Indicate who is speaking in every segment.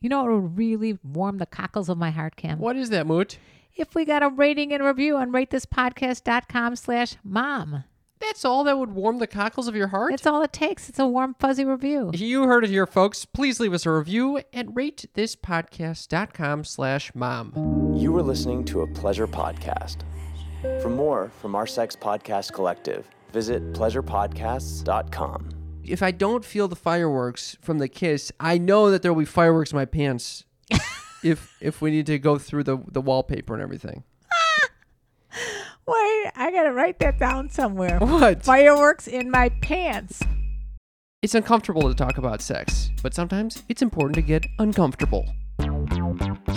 Speaker 1: You know, it'll really warm the cockles of my heart, Kim.
Speaker 2: What is that, Moot?
Speaker 1: If we got a rating and review on ratethispodcast.com slash mom.
Speaker 2: That's all that would warm the cockles of your heart?
Speaker 1: That's all it takes. It's a warm, fuzzy review.
Speaker 2: You heard it here, folks. Please leave us a review and rate this podcast.com slash mom.
Speaker 3: You are listening to a pleasure podcast. For more from our sex podcast collective, visit pleasurepodcasts.com.
Speaker 2: If I don't feel the fireworks from the kiss, I know that there will be fireworks in my pants if if we need to go through the, the wallpaper and everything.
Speaker 1: Wait, I got to write that down somewhere.
Speaker 2: What?
Speaker 1: Fireworks in my pants.
Speaker 2: It's uncomfortable to talk about sex, but sometimes it's important to get uncomfortable.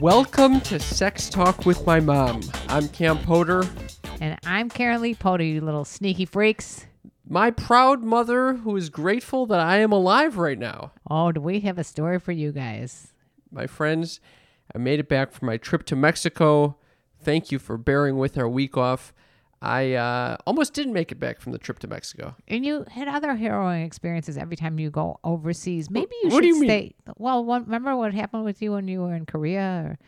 Speaker 2: Welcome to Sex Talk with My Mom. I'm Cam Potter.
Speaker 1: And I'm Karen Lee Potter, you little sneaky freaks.
Speaker 2: My proud mother, who is grateful that I am alive right now.
Speaker 1: Oh, do we have a story for you guys?
Speaker 2: My friends, I made it back from my trip to Mexico. Thank you for bearing with our week off. I uh, almost didn't make it back from the trip to Mexico.
Speaker 1: And you had other harrowing experiences every time you go overseas. Maybe you
Speaker 2: what
Speaker 1: should
Speaker 2: do you mean?
Speaker 1: stay. Well, one, remember what happened with you when you were in Korea? Or,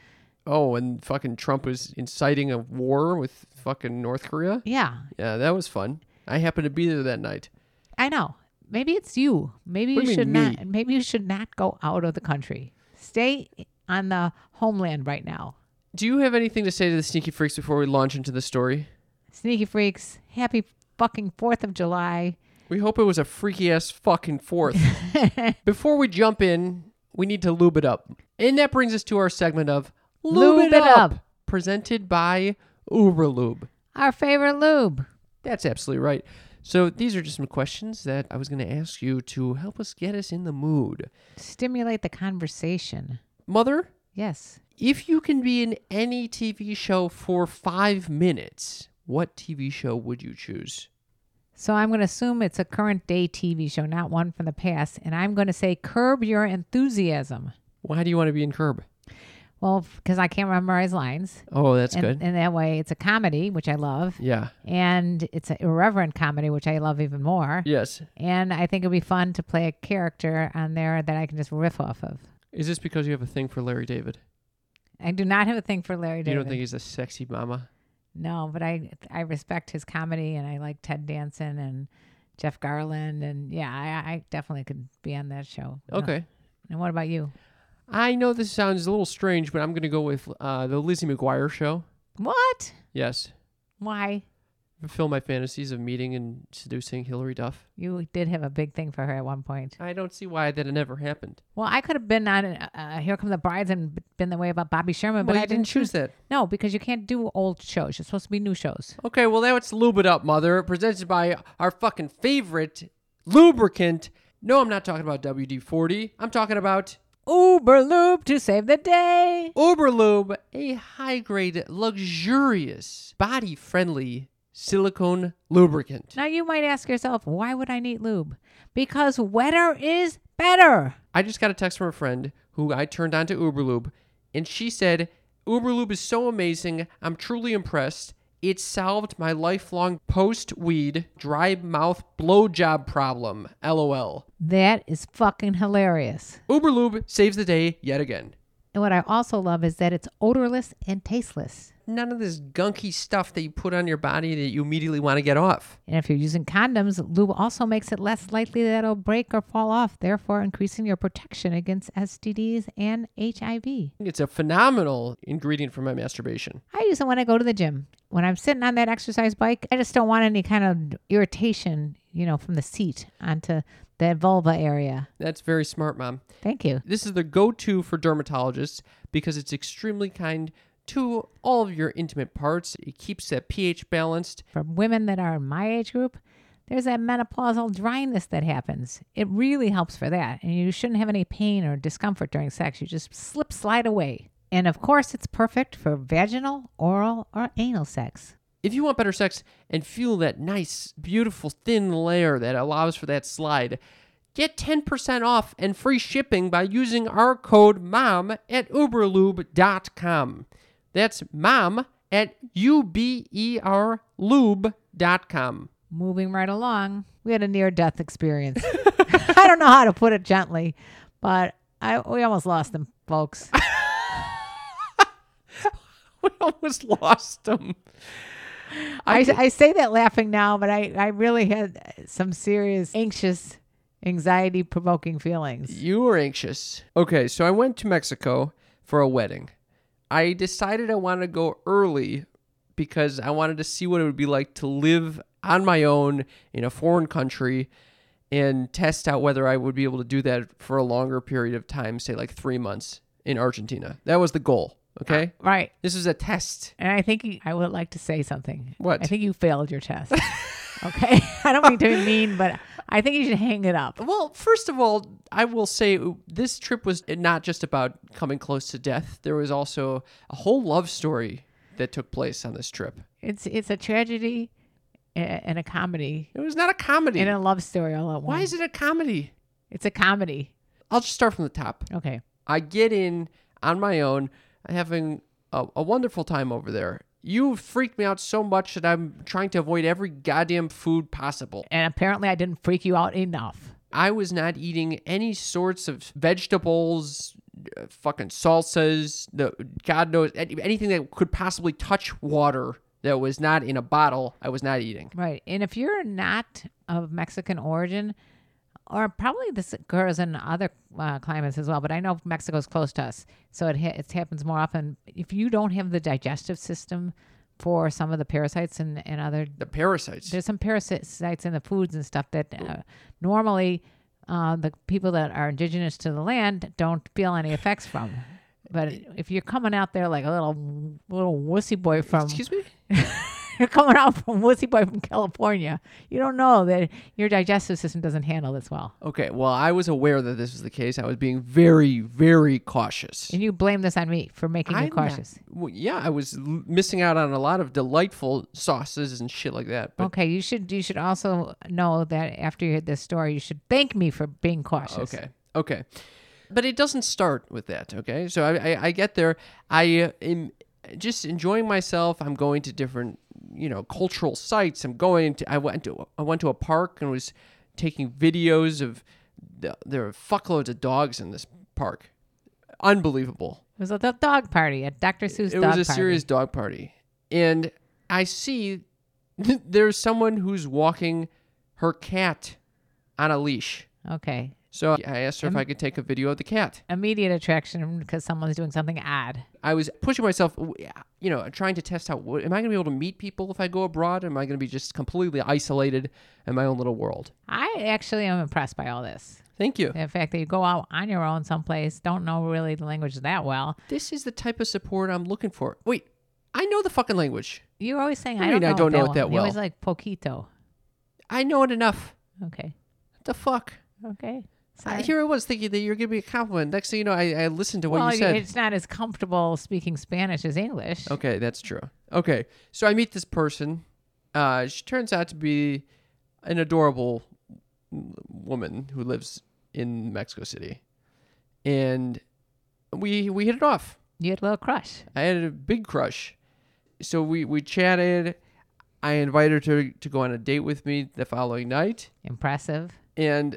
Speaker 2: Oh, and fucking Trump was inciting a war with fucking North Korea.
Speaker 1: yeah,
Speaker 2: Yeah, that was fun. I happened to be there that night.
Speaker 1: I know. Maybe it's you. Maybe
Speaker 2: What
Speaker 1: you
Speaker 2: do you
Speaker 1: should
Speaker 2: mean,
Speaker 1: not. Maybe you should not go out of the country. Stay on the homeland right now.
Speaker 2: Do you have anything to say to the sneaky freaks before we launch into the story?
Speaker 1: Sneaky freaks. Happy fucking Fourth of July.
Speaker 2: We hope it was a freaky ass fucking fourth. before we jump in, we need to lube it up. And that brings us to our segment of Lube, it, up, presented by Uberlube.
Speaker 1: Our favorite lube.
Speaker 2: That's absolutely right. So these are just some questions that I was going to ask you to help us get us in the mood.
Speaker 1: Stimulate the conversation.
Speaker 2: Mother,
Speaker 1: Yes.
Speaker 2: If you can be in any TV show for five minutes, what TV show would you choose?
Speaker 1: So I'm going to assume it's a current day TV show, not one from the past. And I'm going to say curb your enthusiasm.
Speaker 2: Why do you want to be in Curb?
Speaker 1: Well, because I can't memorize lines.
Speaker 2: Oh, that's
Speaker 1: and,
Speaker 2: good.
Speaker 1: and that way it's a comedy, which I love.
Speaker 2: yeah.
Speaker 1: And it's an irreverent comedy, which I love even more.
Speaker 2: Yes.
Speaker 1: And I think it'd be fun to play a character on there that I can just riff off of.
Speaker 2: Is this because you have a thing for Larry David?
Speaker 1: I do not have a thing for Larry David.
Speaker 2: You don't think he's a sexy mama?
Speaker 1: No, but I I respect his comedy and I like Ted Danson and Jeff Garland and yeah, I, I definitely could be on that show. No.
Speaker 2: Okay.
Speaker 1: And what about you?
Speaker 2: I know this sounds a little strange, but I'm going to go with uh, the Lizzie McGuire show.
Speaker 1: What?
Speaker 2: Yes.
Speaker 1: Why?
Speaker 2: Fulfill my fantasies of meeting and seducing Hillary Duff.
Speaker 1: You did have a big thing for her at one point.
Speaker 2: I don't see why that never happened.
Speaker 1: Well, I could have been on uh, Here Come the Brides and b- been the way about Bobby Sherman, but
Speaker 2: Well,
Speaker 1: I
Speaker 2: you didn't choose that.
Speaker 1: No, because you can't do old shows. It's supposed to be new shows.
Speaker 2: Okay, well now it's Lube It Up, Mother, presented by our fucking favorite lubricant. No, I'm not talking about WD-40. I'm talking about
Speaker 1: Uber Lube to save the day.
Speaker 2: Uberlube, a high-grade, luxurious, body-friendly silicone lubricant.
Speaker 1: Now you might ask yourself, why would I need lube? Because wetter is better.
Speaker 2: I just got a text from a friend who I turned on to Uberlube, and she said, Uberlube is so amazing. I'm truly impressed. It solved my lifelong post-weed dry mouth blowjob problem. LOL.
Speaker 1: That is fucking hilarious.
Speaker 2: Uberlube saves the day yet again.
Speaker 1: And what I also love is that it's odorless and tasteless.
Speaker 2: None of this gunky stuff that you put on your body that you immediately want to get off.
Speaker 1: And if you're using condoms, lube also makes it less likely that it'll break or fall off, therefore increasing your protection against STDs and HIV.
Speaker 2: It's a phenomenal ingredient for my masturbation.
Speaker 1: I use it when I go to the gym. When I'm sitting on that exercise bike, I just don't want any kind of irritation, you know, from the seat onto the vulva area.
Speaker 2: That's very smart, Mom.
Speaker 1: Thank you.
Speaker 2: This is the go to for dermatologists because it's extremely kind to all of your intimate parts. It keeps that pH balanced.
Speaker 1: For women that are in my age group, there's that menopausal dryness that happens. It really helps for that. And you shouldn't have any pain or discomfort during sex. You just slip slide away. And of course, it's perfect for vaginal, oral, or anal sex.
Speaker 2: If you want better sex and feel that nice, beautiful, thin layer that allows for that slide, get 10% off and free shipping by using our code MOM at uberlube.com. That's MOM at E U-B-E-R-lube.com.
Speaker 1: Moving right along, we had a near death experience. I don't know how to put it gently, but I, we almost lost them, folks.
Speaker 2: We almost lost them.
Speaker 1: I, I say that laughing now, but I, I really had some serious anxious, anxiety provoking feelings.
Speaker 2: You were anxious. Okay, so I went to Mexico for a wedding. I decided I wanted to go early because I wanted to see what it would be like to live on my own in a foreign country and test out whether I would be able to do that for a longer period of time, say like three months in Argentina. That was the goal. Okay?
Speaker 1: Right.
Speaker 2: This is a test.
Speaker 1: And I think you, I would like to say something.
Speaker 2: What?
Speaker 1: I think you failed your test. okay. I don't mean to be mean, but I think you should hang it up.
Speaker 2: Well, first of all, I will say this trip was not just about coming close to death. There was also a whole love story that took place on this trip.
Speaker 1: It's it's a tragedy a- and a comedy
Speaker 2: It was not a comedy.
Speaker 1: and a love story all at once.
Speaker 2: Why is it a comedy?
Speaker 1: It's a comedy.
Speaker 2: I'll just start from the top.
Speaker 1: Okay.
Speaker 2: I get in on my own, I'm having a, a wonderful time over there. You freaked me out so much that I'm trying to avoid every goddamn food possible.
Speaker 1: And apparently I didn't freak you out enough.
Speaker 2: I was not eating any sorts of vegetables, uh, fucking salsas, the God knows any- anything that could possibly touch water that was not in a bottle. I was not eating.
Speaker 1: Right. And if you're not of Mexican origin, or probably this occurs in other uh, climates as well, but I know Mexico's close to us, so it, ha- it happens more often. If you don't have the digestive system for some of the parasites and, and other,
Speaker 2: The parasites.
Speaker 1: there's some parasites in the foods and stuff that uh, normally uh, the people that are indigenous to the land don't feel any effects from. But if you're coming out there like a little little wussy boy from
Speaker 2: Excuse me.
Speaker 1: you're coming out from Wussy Boy from California. You don't know that your digestive system doesn't handle this well.
Speaker 2: Okay. Well, I was aware that this was the case. I was being very, very cautious.
Speaker 1: And you blame this on me for making you
Speaker 2: I'm not-
Speaker 1: cautious.
Speaker 2: well, yeah, I was l- missing out on a lot of delightful sauces and shit like that. But
Speaker 1: okay, you should you should also know that after you heard this story, you should thank me for being cautious.
Speaker 2: Okay. Okay. But it doesn't start with that. Okay. So I, I, I get there. I uh, am just enjoying myself. I'm going to different, you know, cultural sites. I'm going to, I went to, I went to a park and was taking videos of, the, there are fuckloads of dogs in this park. Unbelievable.
Speaker 1: It was a do- dog party at Dr. Seuss
Speaker 2: it
Speaker 1: dog
Speaker 2: was a
Speaker 1: party.
Speaker 2: serious dog party. And I see there's someone who's walking her cat on a leash.
Speaker 1: Okay.
Speaker 2: So I asked her if I could take a video of the cat.
Speaker 1: Immediate attraction because someone's doing something odd.
Speaker 2: I was pushing myself, you know, trying to test out what, am I going to be able to meet people if I go abroad? Am I going to be just completely isolated in my own little world?
Speaker 1: I actually am impressed by all this.
Speaker 2: Thank you.
Speaker 1: The fact that you go out on your own someplace, don't know really the language that well.
Speaker 2: This is the type of support I'm looking for. Wait, I know the fucking language.
Speaker 1: You're always saying,
Speaker 2: What
Speaker 1: I,
Speaker 2: do you mean, I
Speaker 1: don't know
Speaker 2: don't know it that
Speaker 1: one." You're always
Speaker 2: well?
Speaker 1: like poquito.
Speaker 2: I know it enough.
Speaker 1: Okay.
Speaker 2: What the fuck?
Speaker 1: Okay.
Speaker 2: I, here I was thinking that you're giving me a compliment. Next thing you know, I, I listened to what
Speaker 1: well,
Speaker 2: you
Speaker 1: y-
Speaker 2: said. Oh.
Speaker 1: it's not as comfortable speaking Spanish as English.
Speaker 2: Okay, that's true. Okay, so I meet this person. Uh, she turns out to be an adorable w- woman who lives in Mexico City, and we we hit it off.
Speaker 1: You had a little crush.
Speaker 2: I had a big crush, so we we chatted. I invited her to, to go on a date with me the following night,
Speaker 1: Impressive.
Speaker 2: and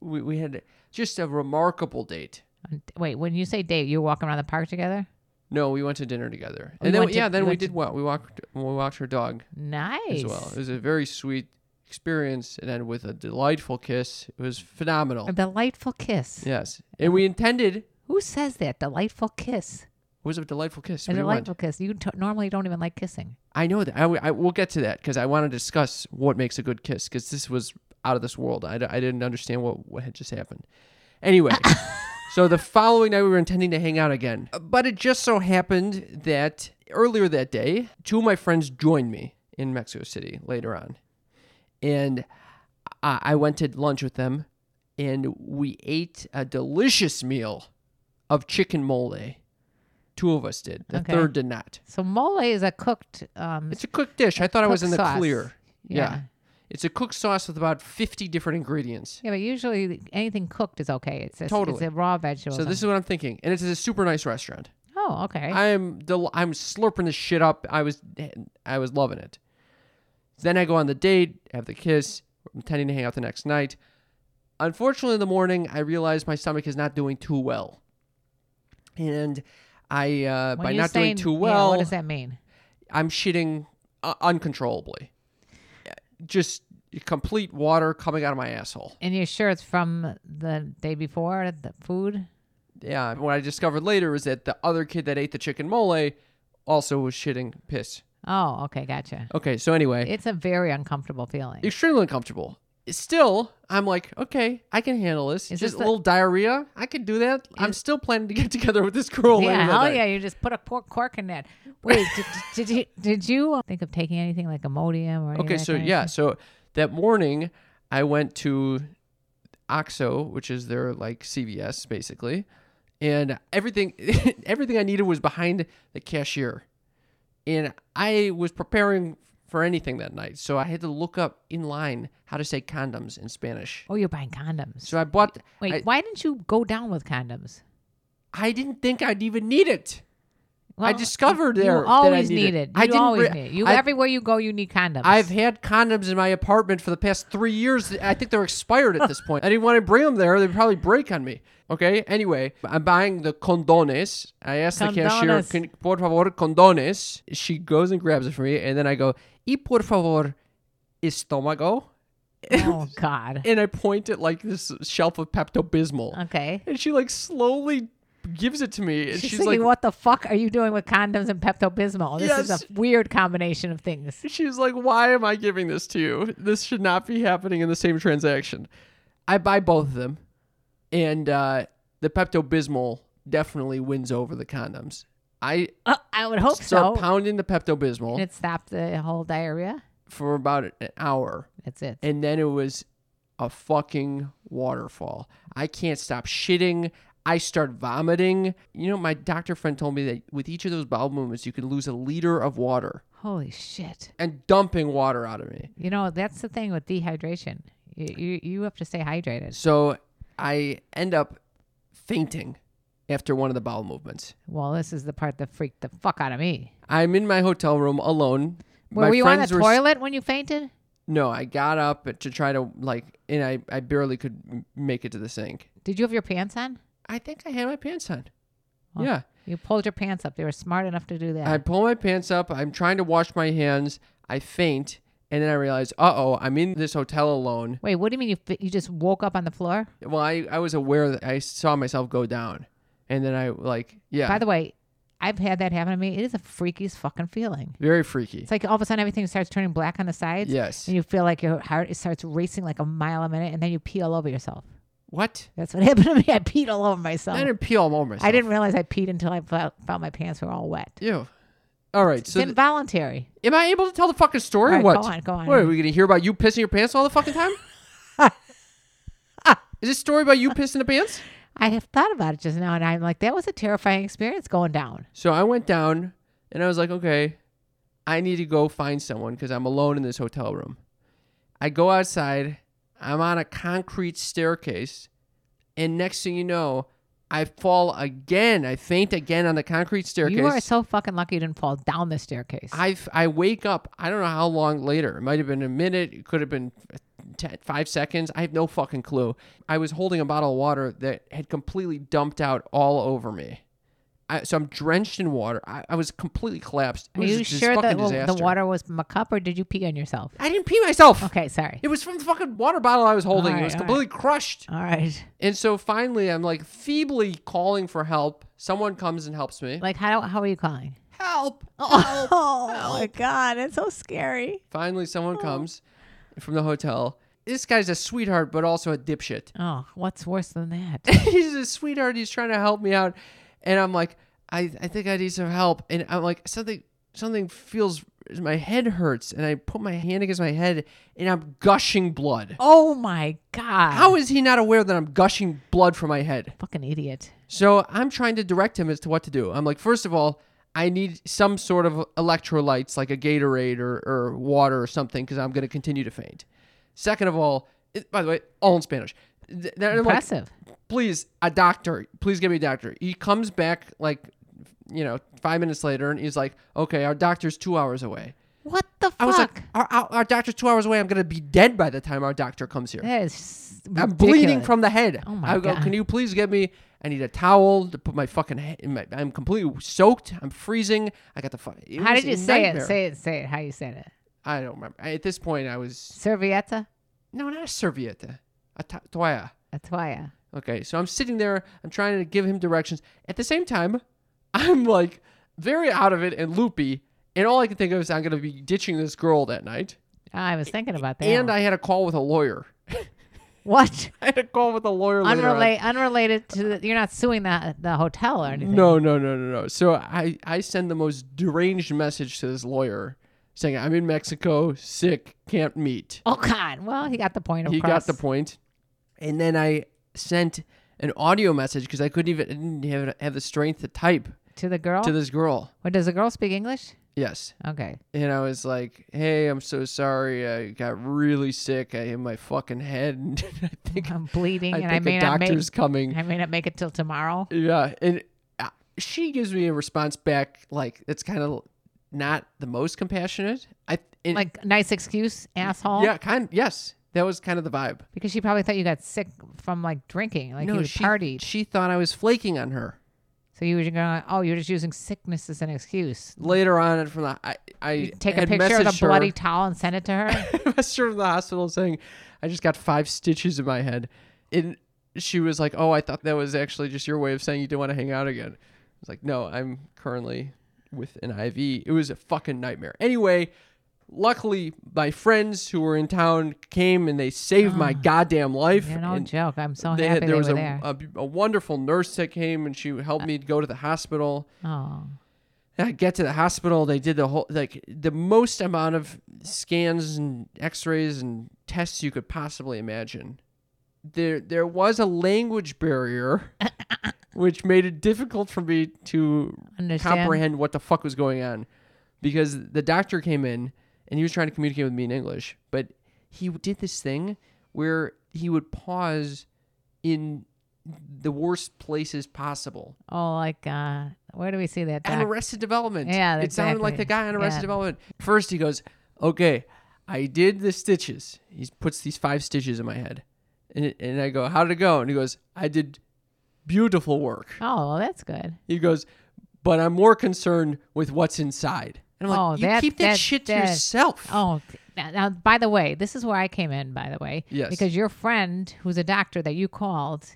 Speaker 2: we we had just a remarkable date.
Speaker 1: And- Wait, when you say date, you were walking around the park together?
Speaker 2: No, we went to dinner
Speaker 1: Oh,
Speaker 2: together,
Speaker 1: you
Speaker 2: and then
Speaker 1: went to-
Speaker 2: yeah, then
Speaker 1: you
Speaker 2: we
Speaker 1: went to-
Speaker 2: did what we walked we walked her dog.
Speaker 1: Nice.
Speaker 2: as well. It was a very sweet experience and then with a delightful kiss. It was phenomenal.
Speaker 1: A delightful kiss.
Speaker 2: yes. And we intended it
Speaker 1: Who says that? Delightful kiss.
Speaker 2: was a delightful kiss.
Speaker 1: A
Speaker 2: What do you want?
Speaker 1: delightful kiss. You t- normally don't even like kissing.
Speaker 2: I know that. I, w- I- we'll get to that because I want to discuss what makes a good kiss because this was out of this world. I, d- I didn't understand what, what had just happened. Anyway, so the following night we were intending to hang out again. But it just so happened that earlier that day, two of my friends joined me in Mexico City later on. And I, I went to lunch with them and we ate a delicious meal of chicken mole. Two of us did. The
Speaker 1: Okay.
Speaker 2: third did not.
Speaker 1: So mole is a cooked. Um,
Speaker 2: It's a cooked dish. I thought I was in
Speaker 1: cooked
Speaker 2: the
Speaker 1: sauce.
Speaker 2: clear.
Speaker 1: Yeah.
Speaker 2: It's a cooked sauce with about 50 different ingredients.
Speaker 1: yeah, but usually anything cooked is okay. It's a, It's
Speaker 2: Totally.
Speaker 1: a raw vegetable.
Speaker 2: So this is what I'm thinking. And it's a super nice restaurant.
Speaker 1: oh, okay.
Speaker 2: I'm del- I'm slurping this shit up. I was I was loving it. Then I go on the date, have the kiss. I'm intending to hang out the next night. Unfortunately, in the morning, I realize my stomach is not doing too well, and I uh,
Speaker 1: When
Speaker 2: by
Speaker 1: you're
Speaker 2: not
Speaker 1: saying-
Speaker 2: doing too
Speaker 1: yeah,
Speaker 2: well,
Speaker 1: what does that mean?
Speaker 2: I'm shitting uh, uncontrollably. Just complete water coming out of my asshole.
Speaker 1: And you're sure it's from the day before the food?
Speaker 2: Yeah, what I discovered later is that the other kid that ate the chicken mole also was shitting piss.
Speaker 1: Oh, okay, gotcha.
Speaker 2: Okay, so anyway,
Speaker 1: It's a very uncomfortable feeling.
Speaker 2: extremely uncomfortable. Still, I'm like, okay, I can handle this.
Speaker 1: Is
Speaker 2: Just
Speaker 1: this
Speaker 2: a
Speaker 1: the-
Speaker 2: little diarrhea, I can do that. I'm still planning to get together with this girl. later
Speaker 1: yeah,
Speaker 2: that
Speaker 1: hell
Speaker 2: night.
Speaker 1: yeah! You just put a pork cork in that. Wait, did, did, did you did you think of taking anything like Imodium or any of
Speaker 2: Okay,
Speaker 1: that
Speaker 2: so
Speaker 1: kind of
Speaker 2: yeah,
Speaker 1: shit?
Speaker 2: so that morning I went to OXO, which is their like CVS basically, and everything everything I needed was behind the cashier, and I was preparing for anything that night, so I had to look up in line how to say condoms in Spanish.
Speaker 1: Oh, you're buying condoms.
Speaker 2: So I bought.
Speaker 1: Wait,
Speaker 2: I-
Speaker 1: why didn't you go down with condoms?
Speaker 2: I didn't think I'd even need it. I
Speaker 1: Well,
Speaker 2: discovered
Speaker 1: you
Speaker 2: there that I
Speaker 1: always
Speaker 2: needed-
Speaker 1: need it.
Speaker 2: I
Speaker 1: You
Speaker 2: didn't
Speaker 1: always
Speaker 2: re-
Speaker 1: need it. You
Speaker 2: I-
Speaker 1: everywhere you go, you need condoms.
Speaker 2: I've had condoms in my apartment for the past three years. I think they're expired at this point. I didn't want to bring them there. They'd probably break on me. Okay. Anyway, I'm buying the condones. I asked the cashier,
Speaker 1: Condones.
Speaker 2: Can, por favor, condones. She goes and grabs it for me. And then I go, y por favor, estómago.
Speaker 1: oh God.
Speaker 2: And I point at like this shelf of Pepto Bismol.
Speaker 1: Okay.
Speaker 2: And she like slowly gives it to me. And
Speaker 1: She's,
Speaker 2: she's,
Speaker 1: thinking,
Speaker 2: like,
Speaker 1: what the fuck are you doing with condoms and Pepto Bismol? This is
Speaker 2: Yes.
Speaker 1: a weird combination of things.
Speaker 2: She's like, "Why am I giving this to you? This should not be happening in the same transaction." I buy both of them, and uh, the Pepto Bismol definitely wins over the condoms. I
Speaker 1: Uh, I would hope
Speaker 2: start
Speaker 1: so.
Speaker 2: pounding the Pepto
Speaker 1: and
Speaker 2: Bismol
Speaker 1: it stopped the whole diarrhea.
Speaker 2: for about an hour,
Speaker 1: That's it.
Speaker 2: and then it was a fucking waterfall. I can't stop shitting. I start vomiting. You know, my doctor friend told me that with each of those bowel movements, you can lose a liter of water
Speaker 1: Holy shit.
Speaker 2: and dumping water out of me.
Speaker 1: You know, that's the thing with dehydration. You, you, you have to stay hydrated.
Speaker 2: So I end up fainting after one of the bowel movements.
Speaker 1: Well, this is the part that freaked the fuck out of me.
Speaker 2: I'm in my hotel room alone.
Speaker 1: Were
Speaker 2: my
Speaker 1: you on the
Speaker 2: friends were s-
Speaker 1: toilet when you fainted?
Speaker 2: no, I got up to try to like, and I I barely could m- make it to the sink.
Speaker 1: Did you have your pants on?
Speaker 2: I think I had my pants on.
Speaker 1: Huh.
Speaker 2: Yeah,
Speaker 1: You pulled your pants up. They were smart enough to do that.
Speaker 2: I pull my pants up. I'm trying to wash my hands. I faint, and then I realize, uh oh, I'm in this hotel alone.
Speaker 1: Wait, what do you mean you fi- you just woke up on the floor?
Speaker 2: Well, I I was aware that I saw myself go down, and then I like, yeah,
Speaker 1: By the way, I've had that happen to me. It is the freakiest fucking feeling.
Speaker 2: very freaky.
Speaker 1: It's like all of a sudden everything starts turning black on the sides.
Speaker 2: Yes.
Speaker 1: And you feel like your heart it starts racing like a mile a minute, and then you pee all over yourself.
Speaker 2: What?
Speaker 1: That's what happened to me. I peed all over myself.
Speaker 2: I didn't pee all over myself.
Speaker 1: I didn't realize I peed until I felt, felt my pants were all wet.
Speaker 2: Ew. All right.
Speaker 1: It's
Speaker 2: So, th-
Speaker 1: involuntary.
Speaker 2: am I able to tell the fucking story?
Speaker 1: All
Speaker 2: or
Speaker 1: right,
Speaker 2: what?
Speaker 1: go on, go on.
Speaker 2: What, are we gonna hear about you pissing your pants all the fucking time? Is this story about you pissing the pants?
Speaker 1: I have thought about it just now, and I'm like, that was a terrifying experience going down.
Speaker 2: So I went down and I was like, okay, I need to go find someone because I'm alone in this hotel room. I go outside. I'm on a concrete staircase, and next thing you know, I fall again. I faint again on the concrete staircase.
Speaker 1: You are so fucking lucky you didn't fall down the staircase.
Speaker 2: I I wake up. I don't know how long later. It might have been a minute. It could have been t- five seconds. I have no fucking clue. I was holding a bottle of water that had completely dumped out all over me. I, so I'm drenched in water. I, I was completely collapsed. It
Speaker 1: Are
Speaker 2: was
Speaker 1: you
Speaker 2: just this
Speaker 1: sure that
Speaker 2: fucking
Speaker 1: well, the
Speaker 2: disaster.
Speaker 1: water was from a cup, or did you pee on yourself?
Speaker 2: I didn't pee myself.
Speaker 1: Okay, sorry.
Speaker 2: It was from the fucking water bottle I was holding.
Speaker 1: All
Speaker 2: it
Speaker 1: right,
Speaker 2: was
Speaker 1: all right.
Speaker 2: completely crushed.
Speaker 1: All right.
Speaker 2: And so finally, I'm like feebly calling for help. Someone comes and helps me.
Speaker 1: Like how how are you calling?
Speaker 2: help!
Speaker 1: Oh, my god, it's so scary.
Speaker 2: Finally, someone comes from the hotel. This guy's a sweetheart, but also a dipshit.
Speaker 1: Oh, what's worse than that?
Speaker 2: he's a sweetheart. He's trying to help me out, and I'm like, I, I think I need some help. And I'm like, something something feels my head hurts and I put my hand against my head and I'm gushing blood.
Speaker 1: Oh my God.
Speaker 2: How is he not aware that I'm gushing blood from my head?
Speaker 1: Fucking idiot.
Speaker 2: So I'm trying to direct him as to what to do. I'm like, first of all, I need some sort of electrolytes like a Gatorade or, or water or something because I'm going to continue to faint. Second of all, it, by the way, all in Spanish. Th- they're like,
Speaker 1: Impressive.
Speaker 2: please, a doctor, please give me a doctor. He comes back like, you know, five minutes later and he's like, okay, our doctor's two hours away.
Speaker 1: what the fuck?
Speaker 2: I was like, our, our, our doctor's two hours away. I'm going to be dead by the time our doctor comes here.
Speaker 1: that is
Speaker 2: I'm
Speaker 1: ridiculous.
Speaker 2: bleeding from the head.
Speaker 1: Oh my
Speaker 2: I go,
Speaker 1: God.
Speaker 2: Can you please get me? I need a towel to put my fucking head in my. I'm completely soaked. I'm freezing. I got the fuck.
Speaker 1: How did you say it? Say it, say it. How you said it?
Speaker 2: I don't remember. I- at this point, I was
Speaker 1: Servietta?
Speaker 2: no, not a serviette, a to- toalla.
Speaker 1: A toalla.
Speaker 2: Okay, so I'm sitting there. I'm trying to give him directions. At the same time, I'm like very out of it and loopy. And all I can think of is I'm gonna be ditching this girl that night.
Speaker 1: uh, I was thinking about that.
Speaker 2: And I had a call with a lawyer.
Speaker 1: what?
Speaker 2: I had a call with a lawyer. later on.
Speaker 1: Unrelated, unrelated to the, you're not suing the the hotel or anything.
Speaker 2: No, no, no, no, no. So I, I send the most deranged message to this lawyer saying, I'm in Mexico, sick, can't meet.
Speaker 1: Oh God! Well, he got the point.
Speaker 2: He got
Speaker 1: across.
Speaker 2: the point. And then I sent an audio message because I couldn't even I didn't have, have the strength to type
Speaker 1: to the girl.
Speaker 2: to this girl.
Speaker 1: Wait, does the girl speak English?
Speaker 2: Yes.
Speaker 1: Okay.
Speaker 2: And I was like, hey, I'm so sorry. I got really sick. I hit my fucking head. And I think,
Speaker 1: I'm bleeding,
Speaker 2: I
Speaker 1: and
Speaker 2: think
Speaker 1: I may
Speaker 2: a
Speaker 1: not make.
Speaker 2: doctor's coming.
Speaker 1: I may not make it till tomorrow.
Speaker 2: Yeah, and uh, she gives me a response back like it's kind of not the most compassionate. I and,
Speaker 1: Like nice excuse, asshole.
Speaker 2: yeah, kind yes, that was kind of the vibe.
Speaker 1: Because she probably thought you got sick from like drinking, like
Speaker 2: no,
Speaker 1: you
Speaker 2: she
Speaker 1: partied.
Speaker 2: she thought I was flaking on her.
Speaker 1: so you were going, oh, you're just using sickness as an excuse.
Speaker 2: Later on, from the I, I
Speaker 1: You take a
Speaker 2: had
Speaker 1: picture of the
Speaker 2: messaged her-
Speaker 1: bloody towel and send it to her.
Speaker 2: messaged her from the hospital saying I just got five stitches in my head, and she was like, "Oh, I thought that was actually just your way of saying you didn't want to hang out again." I was like, "No, I'm currently with an IV. It was a fucking nightmare." Anyway, luckily my friends who were in town came and they saved my goddamn life.
Speaker 1: you know,
Speaker 2: and
Speaker 1: joke. I'm so
Speaker 2: they
Speaker 1: happy
Speaker 2: had-
Speaker 1: they
Speaker 2: there
Speaker 1: were
Speaker 2: was a, uh,
Speaker 1: there.
Speaker 2: a, a wonderful nurse that came and she helped me go to the hospital.
Speaker 1: oh,
Speaker 2: I get to the hospital. They did the whole like the most amount of scans and X-rays and tests you could possibly imagine. There, there was a language barrier, which made it difficult for me to
Speaker 1: Understand.
Speaker 2: comprehend what the fuck was going on, because the doctor came in and he was trying to communicate with me in English, but he did this thing where he would pause in the worst places possible
Speaker 1: oh, like uh, where do we see that?
Speaker 2: on
Speaker 1: Doc?
Speaker 2: Arrested Development.
Speaker 1: Yeah,
Speaker 2: it sounded like the
Speaker 1: exactly.
Speaker 2: guy on Arrested
Speaker 1: Yeah.
Speaker 2: Development. First, he goes, "Okay, I did the stitches." He puts these five stitches in my head, and and I go, "How did it go?" And he goes, "I did beautiful work."
Speaker 1: Oh, well, that's good.
Speaker 2: He goes, "But I'm more concerned with what's inside." And I'm like,
Speaker 1: Oh,
Speaker 2: "You
Speaker 1: that-
Speaker 2: keep that,
Speaker 1: that-
Speaker 2: shit to
Speaker 1: that-
Speaker 2: yourself."
Speaker 1: Oh, th- now, now, by the way, this is where I came in, by the way.
Speaker 2: Yes.
Speaker 1: Because your friend, who's a doctor that you called,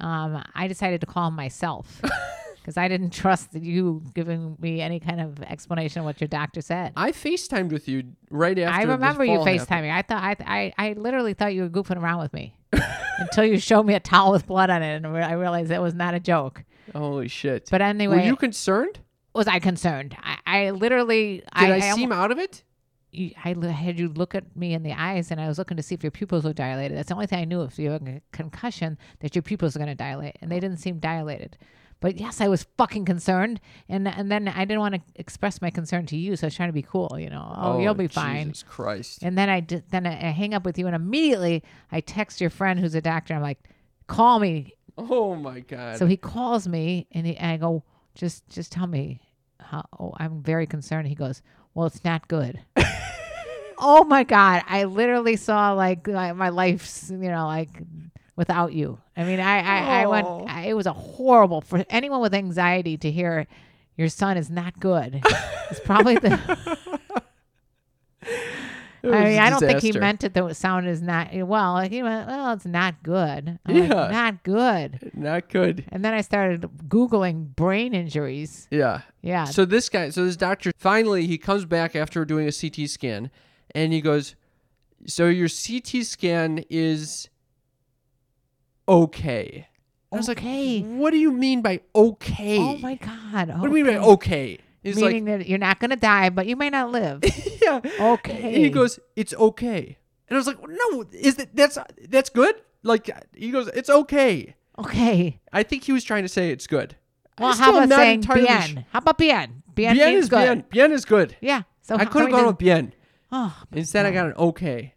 Speaker 1: um, I decided to call him myself because I didn't trust that you giving me any kind of explanation of what your doctor said.
Speaker 2: I FaceTimed with you right after.
Speaker 1: I
Speaker 2: this
Speaker 1: remember you
Speaker 2: fall happened.
Speaker 1: FaceTiming. I thought I, I I literally thought you were goofing around with me until you showed me a towel with blood on it, and re- I realized that was not a joke.
Speaker 2: Holy shit!
Speaker 1: But
Speaker 2: were
Speaker 1: anyway,
Speaker 2: you concerned?
Speaker 1: was I concerned? I, I literally
Speaker 2: Did I,
Speaker 1: I almo-
Speaker 2: seem out of it?
Speaker 1: you, I l- had you look at me in the eyes and I was looking to see if your pupils were dilated. That's the only thing I knew if you have a concussion that your pupils are going to dilate. And they didn't seem dilated. But yes, I was fucking concerned. And and then I didn't want to express my concern to you. So I was trying to be cool, you know, oh, you'll be fine.
Speaker 2: Jesus Christ!
Speaker 1: And then I did, then I, I hang up with you and immediately I text your friend who's a doctor. I'm like, call me.
Speaker 2: Oh my God!
Speaker 1: So he calls me and, he, and I go, just just tell me how oh, I'm very concerned. He goes, well, it's not good. oh my god, I literally saw like my, my life's you know like without you. I mean, I I, I
Speaker 2: Oh.
Speaker 1: went. I, it was a horrible for anyone with anxiety to hear your son is not good. it's probably the.
Speaker 2: It was
Speaker 1: I
Speaker 2: a
Speaker 1: mean, I don't think he
Speaker 2: disaster.
Speaker 1: meant it. The sound is not well. He went, well, it's not good. I'm like,
Speaker 2: Yeah.
Speaker 1: not good.
Speaker 2: not good.
Speaker 1: And then I started googling brain injuries.
Speaker 2: Yeah.
Speaker 1: Yeah,
Speaker 2: So this guy, so this doctor, finally he comes back after doing a CT scan, and he goes, "So your CT scan is okay." I was
Speaker 1: Okay.
Speaker 2: like, "What do you mean by okay?
Speaker 1: Oh my God.
Speaker 2: What do you mean by
Speaker 1: okay?
Speaker 2: okay? He's
Speaker 1: meaning that you're not going to die, but you may not live.
Speaker 2: like, yeah.
Speaker 1: okay.
Speaker 2: He goes, it's okay. And I was like, no, is that that's that's good? Like he goes, it's okay.
Speaker 1: Okay.
Speaker 2: I think he was trying to say it's good. I'm
Speaker 1: Well,
Speaker 2: still
Speaker 1: how about
Speaker 2: not
Speaker 1: saying
Speaker 2: entirely
Speaker 1: bien?
Speaker 2: sh-
Speaker 1: How about bien? Bien,
Speaker 2: Bien
Speaker 1: means
Speaker 2: is
Speaker 1: good.
Speaker 2: bien. Bien is good.
Speaker 1: Yeah. So
Speaker 2: I
Speaker 1: Oh, how
Speaker 2: could have
Speaker 1: we
Speaker 2: gone
Speaker 1: didn't-
Speaker 2: with bien.
Speaker 1: Oh,
Speaker 2: Instead, I got an okay.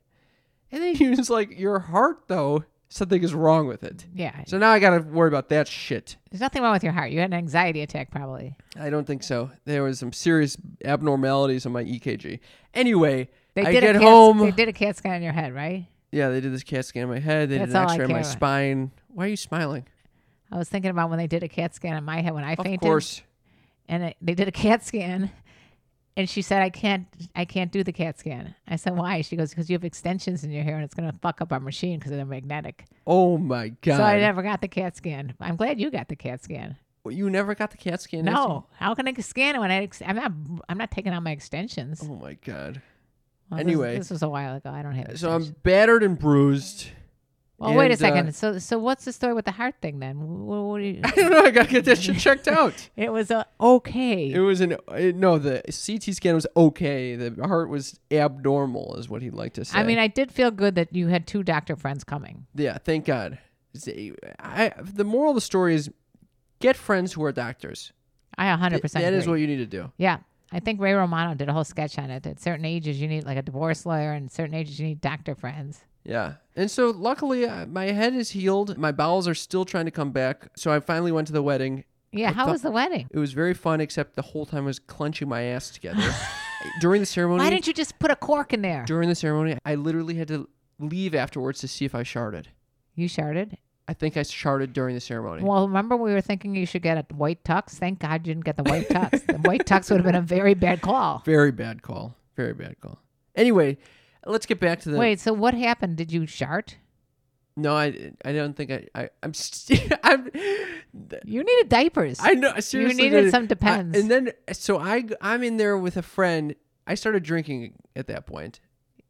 Speaker 2: And then he was like, your heart though, something is wrong with it.
Speaker 1: yeah.
Speaker 2: So now I got to worry about that shit.
Speaker 1: There's nothing wrong with your heart. You had an anxiety attack, probably.
Speaker 2: I don't think so. There was some serious abnormalities on my EKG. Anyway,
Speaker 1: They
Speaker 2: I
Speaker 1: did a
Speaker 2: get
Speaker 1: cat,
Speaker 2: home.
Speaker 1: They did a CAT scan on your head, right?
Speaker 2: yeah, they did this CAT scan on my head. They
Speaker 1: That's
Speaker 2: did an
Speaker 1: all I
Speaker 2: X-ray on
Speaker 1: care
Speaker 2: my
Speaker 1: about.
Speaker 2: spine. Why are you smiling?
Speaker 1: I was thinking about when they did a CAT scan on my head when I fainted.
Speaker 2: Of course.
Speaker 1: And it, they did a CAT scan, and she said, "I can't, I can't do the CAT scan." I said, "Why?" She goes, "Because you have extensions in your hair, and it's going to fuck up our machine because they're magnetic."
Speaker 2: Oh my god.
Speaker 1: So I never got the CAT scan. I'm glad you got the CAT scan.
Speaker 2: Well, you never got the CAT scan. Nancy?
Speaker 1: No, how can I scan it when I? Ex- I'm not. I'm not taking out my extensions.
Speaker 2: Oh my god.
Speaker 1: Well, this-
Speaker 2: anyway.
Speaker 1: this, was a while ago. I don't have.
Speaker 2: So I'm
Speaker 1: extensions.
Speaker 2: battered and bruised.
Speaker 1: Well, wait a
Speaker 2: and, uh,
Speaker 1: second. so, so what's the story with the heart thing then? What, what do you?
Speaker 2: I don't know. I gotta get that shit checked out.
Speaker 1: it was a okay.
Speaker 2: It was an it, no. The CT scan was okay. The heart was abnormal, is what he'd like to say.
Speaker 1: I mean, I did feel good that you had two doctor friends coming.
Speaker 2: yeah. Thank God. It's a- I, the moral of the story is get friends who are doctors.
Speaker 1: I 100
Speaker 2: That is
Speaker 1: percent. agree.
Speaker 2: what you need to do.
Speaker 1: Yeah, I think Ray Romano did a whole sketch on it. At certain ages, you need like a divorce lawyer, and certain ages, you need doctor friends.
Speaker 2: Yeah. And so luckily, uh, my head is healed. My bowels are still trying to come back. So I finally went to the wedding.
Speaker 1: Yeah. how was the wedding?
Speaker 2: It was very fun, except the whole time I was clenching my ass together. during the ceremony,
Speaker 1: Why didn't you just put a cork in there?
Speaker 2: during the ceremony, I literally had to leave afterwards to see if I sharded.
Speaker 1: You sharded.
Speaker 2: I think I sharded during the ceremony.
Speaker 1: Well, remember we were thinking you should get a white tux. Thank God you didn't get the white tux. the white tux would have been a very bad call.
Speaker 2: Very bad call. Very bad call. Anyway, let's get back to the.
Speaker 1: Wait, so what happened? Did you shart?
Speaker 2: No, I I don't think I, I I'm st- I'm
Speaker 1: You needed diapers.
Speaker 2: I know seriously.
Speaker 1: needed
Speaker 2: dude.
Speaker 1: some
Speaker 2: I-
Speaker 1: Depends.
Speaker 2: and then so I g- I'm in there with a friend. I started drinking at that point,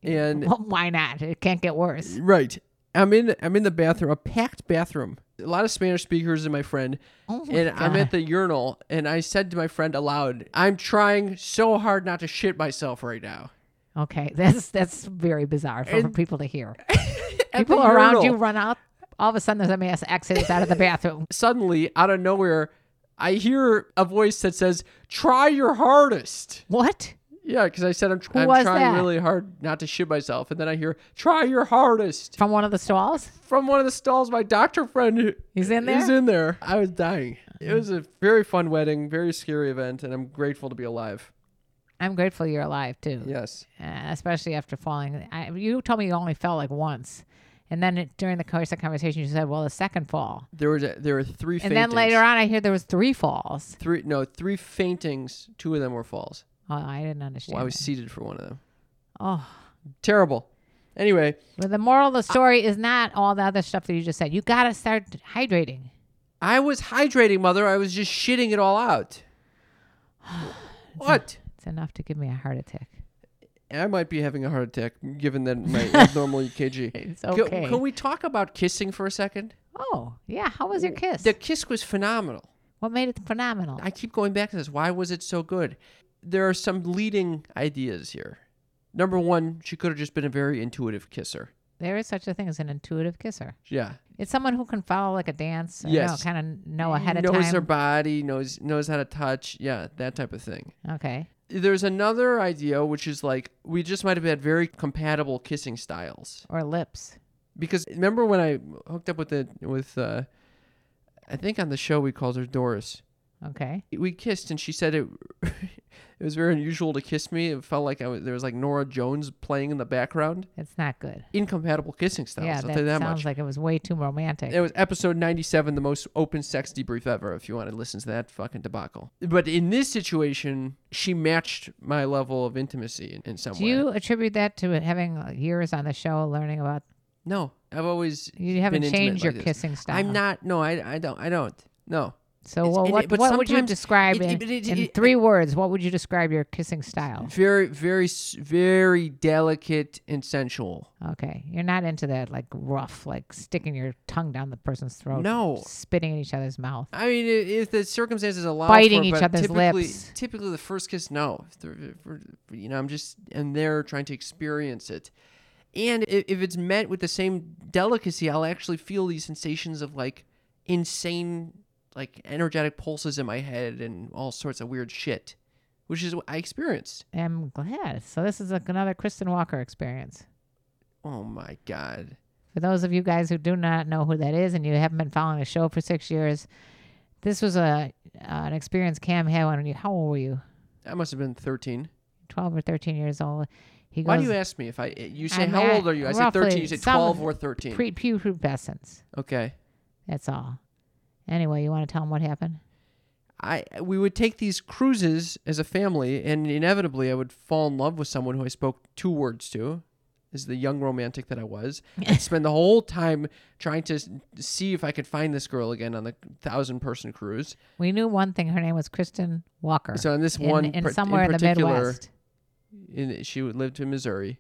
Speaker 2: and
Speaker 1: well, why not? It can't get worse.
Speaker 2: right. I'm in I'm in the bathroom, a packed bathroom. A lot of Spanish speakers and my friend.
Speaker 1: Oh my
Speaker 2: and I'm
Speaker 1: God.
Speaker 2: at the urinal and I said to my friend aloud, I'm trying so hard not to shit myself right now.
Speaker 1: Okay, that's that's very bizarre for, for
Speaker 2: And-
Speaker 1: people to hear.
Speaker 2: At
Speaker 1: People
Speaker 2: the
Speaker 1: around you
Speaker 2: urinal,
Speaker 1: run out. All of a sudden, there's a mass exodus out of the bathroom.
Speaker 2: Suddenly, out of nowhere, I hear a voice that says, Try your hardest.
Speaker 1: What?
Speaker 2: Yeah, because I said I'm, tr-
Speaker 1: Who
Speaker 2: I'm
Speaker 1: was
Speaker 2: trying
Speaker 1: that?
Speaker 2: really hard not to shit myself. And then I hear, Try your hardest.
Speaker 1: From one of the stalls?
Speaker 2: From one of the stalls, my doctor friend who-
Speaker 1: He's in
Speaker 2: is
Speaker 1: there?
Speaker 2: in there. I was dying. It was a very fun wedding, very scary event, and I'm grateful to be alive.
Speaker 1: I'm grateful you're alive too.
Speaker 2: Yes.
Speaker 1: uh, especially after falling. I, you told me you only fell like once, and then it, during the course of conversation, you said, "Well, the second fall,"
Speaker 2: There was a, there were three
Speaker 1: and then later on, I hear there was three falls.
Speaker 2: three no three faintings two of them were falls
Speaker 1: Oh, I didn't understand.
Speaker 2: well, i was
Speaker 1: that.
Speaker 2: seated for one of them
Speaker 1: oh,
Speaker 2: terrible anyway
Speaker 1: but the moral of
Speaker 2: Ah.
Speaker 1: the story is not all the other stuff that you just said. You gotta start hydrating.
Speaker 2: i was hydrating mother i was just shitting it all out what
Speaker 1: It's enough to give me a heart attack.
Speaker 2: i might be having a heart attack given that my abnormal ekg
Speaker 1: It's
Speaker 2: Ca-
Speaker 1: okay.
Speaker 2: can, we talk about kissing for a second
Speaker 1: Oh, yeah. How was your kiss?
Speaker 2: the kiss was phenomenal
Speaker 1: what made it phenomenal?
Speaker 2: i keep going back to this why was it so good there are some leading ideas here number one she could have just been a very intuitive kisser
Speaker 1: there is such a thing as an intuitive kisser.
Speaker 2: yeah
Speaker 1: It's someone who can follow like a dance. Or
Speaker 2: Yes.
Speaker 1: Kind of
Speaker 2: Oh,
Speaker 1: know ahead of
Speaker 2: knows
Speaker 1: time.
Speaker 2: her body knows knows how to touch yeah that type of thing
Speaker 1: okay.
Speaker 2: there's another idea which is like we just might have had very compatible kissing styles
Speaker 1: Or lips.
Speaker 2: because remember when i hooked up with the with uh i think on the show we called her doris
Speaker 1: Okay.
Speaker 2: we kissed and she said it it was very unusual to kiss me it felt like I was, there was like nora jones playing in the background
Speaker 1: It's not good.
Speaker 2: incompatible kissing styles
Speaker 1: Yeah,
Speaker 2: i'll
Speaker 1: that,
Speaker 2: tell you that
Speaker 1: sounds
Speaker 2: much
Speaker 1: like it was way too romantic.
Speaker 2: It was episode 97, the most open sex debrief ever, if you want to listen to that fucking debacle. But in this situation, she matched my level of intimacy in, in some
Speaker 1: Do
Speaker 2: way.
Speaker 1: you attribute that to having uh, years on the show, learning about?
Speaker 2: No, I've always.
Speaker 1: You haven't
Speaker 2: been intimate
Speaker 1: changed your
Speaker 2: like this.
Speaker 1: kissing style.
Speaker 2: I'm not. No, I, I don't. I don't. No.
Speaker 1: So,
Speaker 2: It's-
Speaker 1: well,
Speaker 2: and
Speaker 1: what,
Speaker 2: it- but
Speaker 1: what would you
Speaker 2: sometimes
Speaker 1: describe
Speaker 2: it-
Speaker 1: in,
Speaker 2: but it-
Speaker 1: in
Speaker 2: it-
Speaker 1: three words? What would you describe your kissing style?
Speaker 2: Very, very, s- very delicate and sensual.
Speaker 1: Okay, you're not into that like rough, like sticking your tongue down the person's throat.
Speaker 2: No.
Speaker 1: spitting in each other's mouth.
Speaker 2: I mean, i- if the circumstances allow,
Speaker 1: Biting
Speaker 2: for, it,
Speaker 1: each
Speaker 2: but
Speaker 1: other's
Speaker 2: typically,
Speaker 1: lips.
Speaker 2: Typically, the first kiss, no. If they're- if we're- You know, I'm just and they're trying to experience it, and if, if it's met with the same delicacy, I'll actually feel these sensations of like insane, like energetic pulses in my head and all sorts of weird shit, which is what I experienced.
Speaker 1: I'm glad. So this is like another Kristen Walker experience.
Speaker 2: Oh my god.
Speaker 1: For those of you guys who do not know who that is and you haven't been following the show for six years, this was a an experience Cam had when you how old were you?
Speaker 2: That must have been 13.
Speaker 1: Twelve or thirteen years old. He
Speaker 2: Why do
Speaker 1: goes
Speaker 2: you ask me if I? You say
Speaker 1: I'm
Speaker 2: how
Speaker 1: at-
Speaker 2: old are you? I say
Speaker 1: roughly
Speaker 2: 13. You say
Speaker 1: some
Speaker 2: 12 or 13.
Speaker 1: pre pubescence.
Speaker 2: okay.
Speaker 1: That's all. Anyway, you want to tell him what happened?
Speaker 2: I we would take these cruises as a family, and inevitably I would fall in love with someone who I spoke two words to, is the young romantic that I was. I'd spend the whole time trying to s- see if I could find this girl again on the thousand person cruise.
Speaker 1: We knew one thing. Her name was Kristen Walker.
Speaker 2: So on this
Speaker 1: in,
Speaker 2: one,
Speaker 1: in
Speaker 2: par-
Speaker 1: somewhere in,
Speaker 2: in
Speaker 1: the
Speaker 2: particular,
Speaker 1: Midwest.
Speaker 2: in, she would lived in Missouri.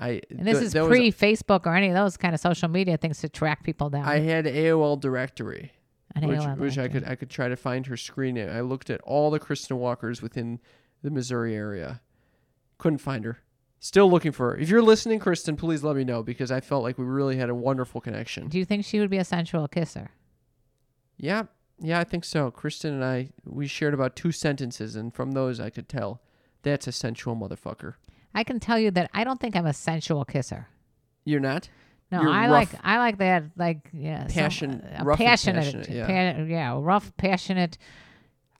Speaker 2: I
Speaker 1: And this
Speaker 2: th-
Speaker 1: is
Speaker 2: there was-
Speaker 1: pre Facebook or any of those kind of social media things to track people down.
Speaker 2: I had AOL directory.
Speaker 1: on
Speaker 2: which,
Speaker 1: AOL
Speaker 2: which I
Speaker 1: directory.
Speaker 2: could I could try to find her screen name. I looked at all the Kristen Walkers within the Missouri area, couldn't find her. Still looking for her. If you're listening, Kristen, please let me know because I felt like we really had a wonderful connection.
Speaker 1: Do you think she would be a sensual kisser?
Speaker 2: Yeah, yeah, I think so. Kristen and I we shared about two sentences, and from those I could tell that's a sensual motherfucker.
Speaker 1: I can tell you that I don't think I'm a sensual kisser.
Speaker 2: You're not.
Speaker 1: No,
Speaker 2: You're
Speaker 1: I
Speaker 2: rough.
Speaker 1: like I like that like yeah some-
Speaker 2: Passion-
Speaker 1: a
Speaker 2: rough and
Speaker 1: passionate,
Speaker 2: passionate, yeah.
Speaker 1: pa- yeah, rough passionate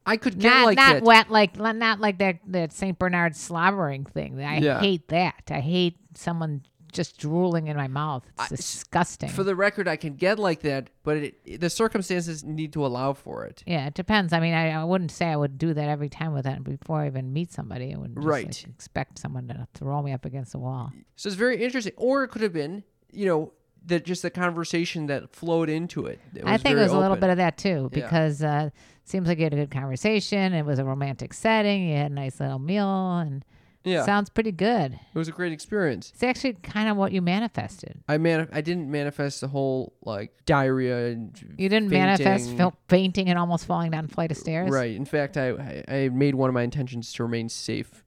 Speaker 2: I could get
Speaker 1: not
Speaker 2: like
Speaker 1: not
Speaker 2: that.
Speaker 1: wet like not like that that Saint Bernard slobbering thing. I
Speaker 2: Yeah.
Speaker 1: hate that. I hate someone just drooling in my mouth. It's disgusting.
Speaker 2: For the record, I can get like that, but it, the circumstances need to allow for it.
Speaker 1: yeah, it depends. I mean, I, I wouldn't say I would do that every time with that before I even meet somebody. I wouldn't just,
Speaker 2: Right.
Speaker 1: like, expect someone to throw me up against the wall.
Speaker 2: So it's very interesting. Or it could have been, you know, that just the conversation that flowed into it. It
Speaker 1: I think it
Speaker 2: very
Speaker 1: was a little
Speaker 2: open.
Speaker 1: bit of that too,
Speaker 2: Yeah.
Speaker 1: because uh, it seems like you had a good conversation. It was a romantic setting. You had a nice little meal, and
Speaker 2: yeah.
Speaker 1: sounds pretty good.
Speaker 2: it was a great experience.
Speaker 1: It's actually kind of what you manifested.
Speaker 2: I man, I didn't manifest the whole like diarrhea and
Speaker 1: You didn't manifest
Speaker 2: fainting.
Speaker 1: fil- fainting and almost falling down a flight of stairs.
Speaker 2: Right. In fact, I I I made one of my intentions to remain safe,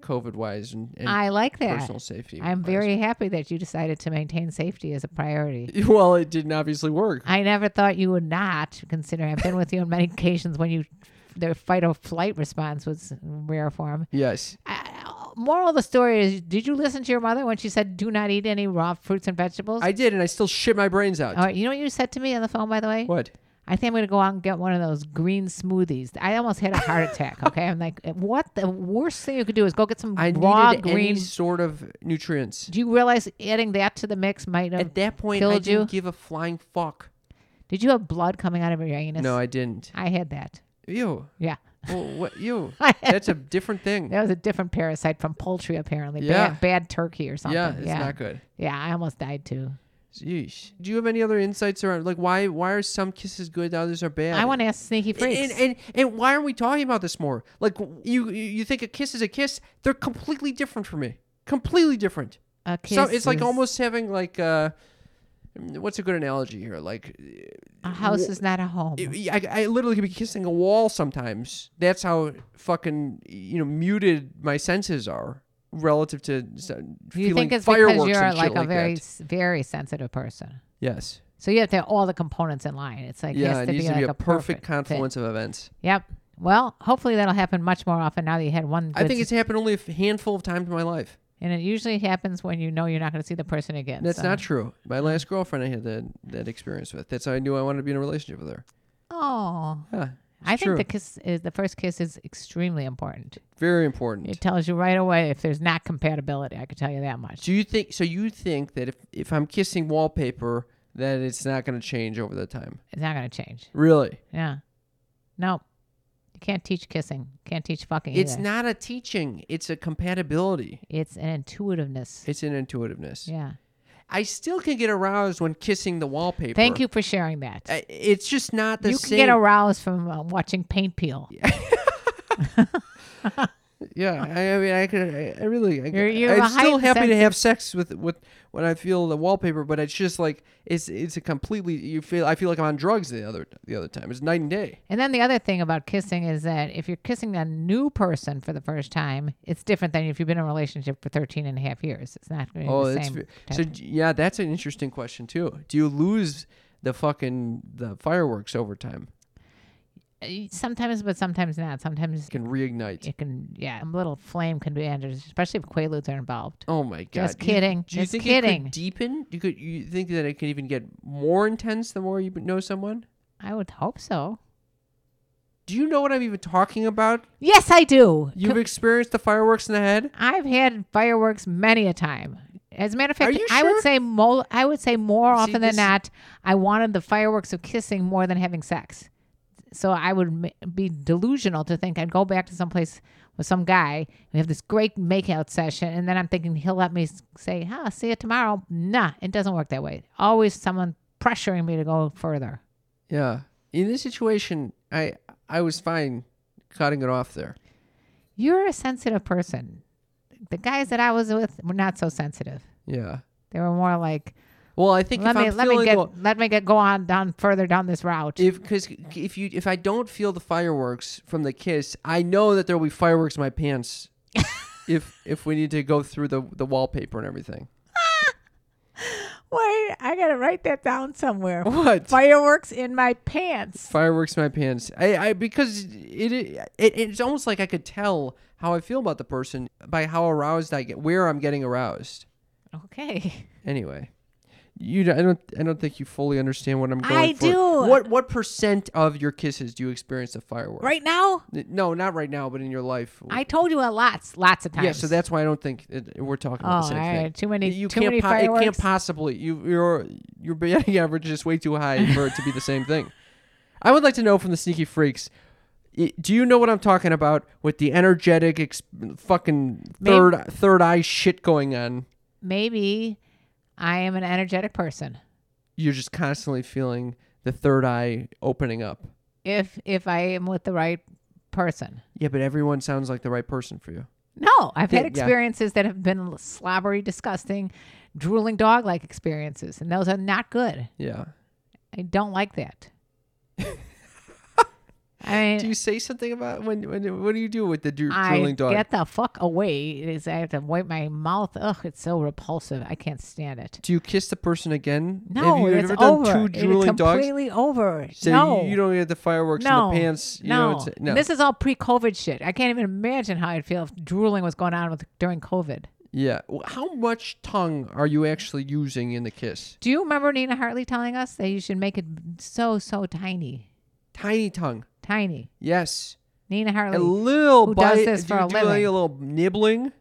Speaker 2: COVID wise and, and
Speaker 1: I like that.
Speaker 2: personal safety.
Speaker 1: I'm
Speaker 2: wise.
Speaker 1: very happy that you decided to maintain safety as a priority.
Speaker 2: well. It didn't obviously work.
Speaker 1: I never thought you would not, considering I've been with you on many occasions when you their fight or flight response was rare form.
Speaker 2: yes.
Speaker 1: I- moral of the story is did you listen to your mother when she said do not eat any raw fruits and vegetables
Speaker 2: I did, and I still shit my brains out.
Speaker 1: All right, you know what you said to me on the phone by the way
Speaker 2: what?
Speaker 1: i think i'm going to go out and get one of those green smoothies i almost had a heart attack okay i'm like eh, what the worst thing you could do is go get some
Speaker 2: I
Speaker 1: raw
Speaker 2: needed any
Speaker 1: green
Speaker 2: sort of nutrients.
Speaker 1: do you realize adding that to the mix might have
Speaker 2: At that point, I
Speaker 1: killed
Speaker 2: didn't
Speaker 1: you?
Speaker 2: give a flying fuck.
Speaker 1: did you have blood coming out of your anus
Speaker 2: No, I didn't.
Speaker 1: i had that
Speaker 2: Ew.
Speaker 1: yeah
Speaker 2: Well, what you?
Speaker 1: I had-
Speaker 2: That's a different thing.
Speaker 1: that was a different parasite from poultry apparently
Speaker 2: Yeah.
Speaker 1: bad, bad turkey or something
Speaker 2: Yeah, it's
Speaker 1: yeah.
Speaker 2: not good.
Speaker 1: yeah i almost died too
Speaker 2: Yeesh. Do you have any other insights around like why why are some kisses good, others are bad?
Speaker 1: i want to ask sneaky freaks
Speaker 2: and, and and why aren't we talking about this more? Like you you- you think a kiss is a kiss? They're completely different for me. Completely different.
Speaker 1: a kiss
Speaker 2: So it's like
Speaker 1: is-
Speaker 2: almost having like uh, what's a good analogy here? Like
Speaker 1: a house is not a home
Speaker 2: I, I literally could be kissing a wall sometimes. That's how fucking you know muted my senses are relative to s-
Speaker 1: Do you
Speaker 2: feeling
Speaker 1: think it's
Speaker 2: fireworks
Speaker 1: because you're
Speaker 2: and
Speaker 1: like
Speaker 2: shit
Speaker 1: a
Speaker 2: like
Speaker 1: very
Speaker 2: that.
Speaker 1: s very sensitive person?
Speaker 2: yes
Speaker 1: So you have to have all the components in line. It's like
Speaker 2: yeah
Speaker 1: has
Speaker 2: it
Speaker 1: to
Speaker 2: needs
Speaker 1: be
Speaker 2: to
Speaker 1: like
Speaker 2: be a, perfect
Speaker 1: fit.
Speaker 2: confluence of events.
Speaker 1: Yep. Well, hopefully that'll happen much more often now that you had one.
Speaker 2: I
Speaker 1: good
Speaker 2: think
Speaker 1: s-
Speaker 2: it's happened only a f- handful of times in my life.
Speaker 1: and it usually happens when you know you're not going to see the person again.
Speaker 2: And that's
Speaker 1: so-
Speaker 2: not true. My last girlfriend I had that that experience with. That's how I knew I wanted to be in a relationship with her.
Speaker 1: Oh,
Speaker 2: Yeah,
Speaker 1: I think
Speaker 2: true.
Speaker 1: the kiss is the first kiss is extremely important.
Speaker 2: very important.
Speaker 1: It tells you right away if there's not compatibility. I can tell you that much.
Speaker 2: Do you think so? You think that if if I'm kissing wallpaper, that it's not going to change over the time?
Speaker 1: It's not going to change.
Speaker 2: Really?
Speaker 1: Yeah. No. You can't teach kissing. Can't teach fucking.
Speaker 2: It's
Speaker 1: either.
Speaker 2: not a teaching, it's a compatibility.
Speaker 1: It's an intuitiveness.
Speaker 2: It's an intuitiveness.
Speaker 1: yeah.
Speaker 2: I still can get aroused when kissing the wallpaper.
Speaker 1: Thank you for sharing that.
Speaker 2: I- It's just not the
Speaker 1: you can
Speaker 2: same.
Speaker 1: get aroused from uh, watching paint peel.
Speaker 2: Yeah, I, I mean, I could, I, I really, I,
Speaker 1: You're- you're a
Speaker 2: am still
Speaker 1: heightened
Speaker 2: happy to
Speaker 1: sensi-
Speaker 2: have sex with with when I feel the wallpaper, but it's just like it's it's a completely you feel I feel like I'm on drugs the other the other time. It's night and day.
Speaker 1: And then the other thing about kissing is that if you're kissing a new person for the first time, it's different than if you've been in a relationship for 13 and a half years. It's not going to be
Speaker 2: oh,
Speaker 1: the
Speaker 2: that's
Speaker 1: same.
Speaker 2: ve-
Speaker 1: type
Speaker 2: so
Speaker 1: of-
Speaker 2: d- yeah, that's an interesting question too. Do you lose the fucking the fireworks over time?
Speaker 1: Uh, sometimes, but sometimes not. Sometimes
Speaker 2: Can reignite.
Speaker 1: it can, yeah, a little flame can be ended, especially if quaaludes are involved.
Speaker 2: Oh my god!
Speaker 1: Just
Speaker 2: Do
Speaker 1: kidding.
Speaker 2: Do you
Speaker 1: Just
Speaker 2: think it
Speaker 1: kidding.
Speaker 2: could deepen? You could you think that it could even get more intense the more you know someone?
Speaker 1: I would hope so.
Speaker 2: Do you know what I'm even talking about?
Speaker 1: Yes, I do.
Speaker 2: You've experienced the fireworks in the head.
Speaker 1: I've had fireworks many a time. As a matter of
Speaker 2: Are
Speaker 1: fact,
Speaker 2: you
Speaker 1: I
Speaker 2: sure?
Speaker 1: would say mo- I would say more
Speaker 2: See,
Speaker 1: often than
Speaker 2: this-
Speaker 1: not, I wanted the fireworks of kissing more than having sex. So I would m- be delusional to think I'd go back to someplace with some guy. We have this great makeout session, and then I'm thinking he'll let me s- say, "Ah, see you tomorrow." Nah, it doesn't work that way. Always someone pressuring me to go further.
Speaker 2: Yeah. In this situation, I I was fine cutting it off there.
Speaker 1: You're a sensitive person. The guys that I was with were not so sensitive.
Speaker 2: Yeah.
Speaker 1: They were more like,
Speaker 2: Well, I think
Speaker 1: let
Speaker 2: if
Speaker 1: me
Speaker 2: I'm
Speaker 1: let me
Speaker 2: feeling
Speaker 1: get
Speaker 2: well,
Speaker 1: let me get go on down further down this route.
Speaker 2: if because if you if I don't feel the fireworks from the kiss, I know that there will be fireworks in my pants. if if we need to go through the the wallpaper and everything.
Speaker 1: Wait, I gotta write that down somewhere.
Speaker 2: What?
Speaker 1: Fireworks in my pants.
Speaker 2: fireworks in my pants. I, I because it, it it's almost like I could tell how I feel about the person by how aroused I get, where I'm getting aroused.
Speaker 1: Okay.
Speaker 2: Anyway, you don't- I don't I don't think you fully understand what I'm going
Speaker 1: I
Speaker 2: for.
Speaker 1: do.
Speaker 2: What what percent of your kisses do you experience the fireworks?
Speaker 1: Right now,
Speaker 2: N- No, not right now, but in your life.
Speaker 1: I told you a lots, lots of times.
Speaker 2: yeah, so that's why I don't think it, we're talking about the
Speaker 1: Oh,
Speaker 2: same
Speaker 1: all
Speaker 2: thing.
Speaker 1: right. Too many-
Speaker 2: You
Speaker 1: too
Speaker 2: can't
Speaker 1: many
Speaker 2: It can't
Speaker 1: fireworks?
Speaker 2: possibly. You, your your batting average is way too high for it to be the same thing. I would like to know from the sneaky freaks. i- Do you know what I'm talking about with the energetic ex- fucking
Speaker 1: Maybe-
Speaker 2: third third eye shit going on?
Speaker 1: maybe I am an energetic person.
Speaker 2: You're just constantly feeling the third eye opening up.
Speaker 1: If if I am with the right person.
Speaker 2: Yeah, but everyone sounds like the right person for you.
Speaker 1: No, I've had
Speaker 2: Yeah.
Speaker 1: experiences that have been slobbery, disgusting, drooling dog like experiences, and those are not good.
Speaker 2: Yeah.
Speaker 1: I don't like that. I mean,
Speaker 2: Do you say something about when when what do you do with the dr-
Speaker 1: I
Speaker 2: drilling dog?
Speaker 1: get the fuck away. It is, I have to wipe my mouth. Ugh, it's so repulsive. I can't stand it.
Speaker 2: Do you kiss the person again?
Speaker 1: No,
Speaker 2: Have you
Speaker 1: it's
Speaker 2: ever done
Speaker 1: over.
Speaker 2: two drooling
Speaker 1: it's
Speaker 2: dogs?
Speaker 1: completely over.
Speaker 2: So
Speaker 1: no,
Speaker 2: you don't get the fireworks
Speaker 1: no
Speaker 2: in the pants. You
Speaker 1: no.
Speaker 2: Know, it's, no.
Speaker 1: This is all pre-COVID shit. I can't even imagine how I'd feel if drooling was going on with during COVID.
Speaker 2: yeah. Well, How much tongue are you actually using in the kiss?
Speaker 1: Do you remember Nina Hartley telling us that you should make it so so tiny,
Speaker 2: Tiny tongue.
Speaker 1: tiny?
Speaker 2: Yes.
Speaker 1: Nina
Speaker 2: A
Speaker 1: Hartley
Speaker 2: little
Speaker 1: Oh, who does
Speaker 2: bite.
Speaker 1: this
Speaker 2: do
Speaker 1: for
Speaker 2: you
Speaker 1: a
Speaker 2: do like
Speaker 1: living.
Speaker 2: a little nibbling.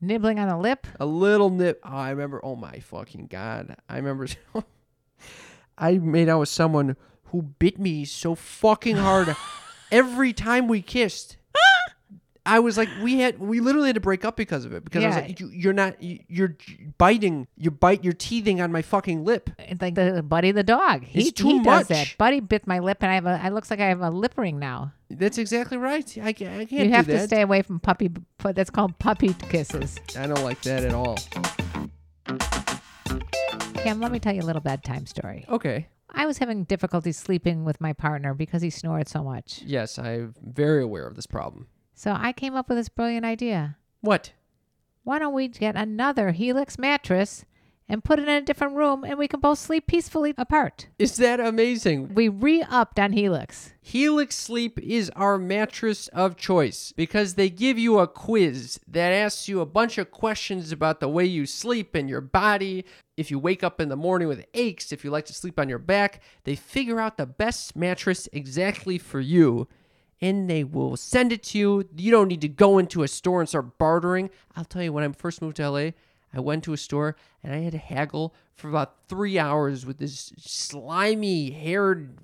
Speaker 1: nibbling on the lip.
Speaker 2: A little nip. Oh, I remember. Oh my fucking god! I remember. I made out with someone who bit me so fucking hard every time we kissed. I was like, we had, we literally had to break up because of it. Because I was
Speaker 1: Yeah.
Speaker 2: like, you, you're not, you, you're biting, you bite, you're teething on my fucking lip.
Speaker 1: It's like the Buddy the dog. He,
Speaker 2: It's too
Speaker 1: he
Speaker 2: much.
Speaker 1: does that. Buddy bit my lip, and I have a. It looks like I have a lip ring now.
Speaker 2: That's exactly right. I, ca- I can't
Speaker 1: you
Speaker 2: do
Speaker 1: have to
Speaker 2: that.
Speaker 1: stay away from puppy. but That's called puppy kisses.
Speaker 2: I don't like that at all.
Speaker 1: Cam, let me tell you a little bedtime story.
Speaker 2: Okay.
Speaker 1: I was having difficulty sleeping with my partner because he snored so much.
Speaker 2: Yes, I'm very aware of this problem.
Speaker 1: So I came up with this brilliant idea.
Speaker 2: What?
Speaker 1: Why don't we get another Helix mattress and put it in a different room and we can both sleep peacefully apart?
Speaker 2: Is that amazing?
Speaker 1: We re upped on Helix.
Speaker 2: Helix Sleep is our mattress of choice because they give you a quiz that asks you a bunch of questions about the way you sleep and your body. If you wake up in the morning with aches, if you like to sleep on your back, they figure out the best mattress exactly for you and they will send it to you. You don't need to go into a store and start bartering. I'll tell you, when I first moved to LA, I went to a store and I had to haggle for about three hours with this slimy haired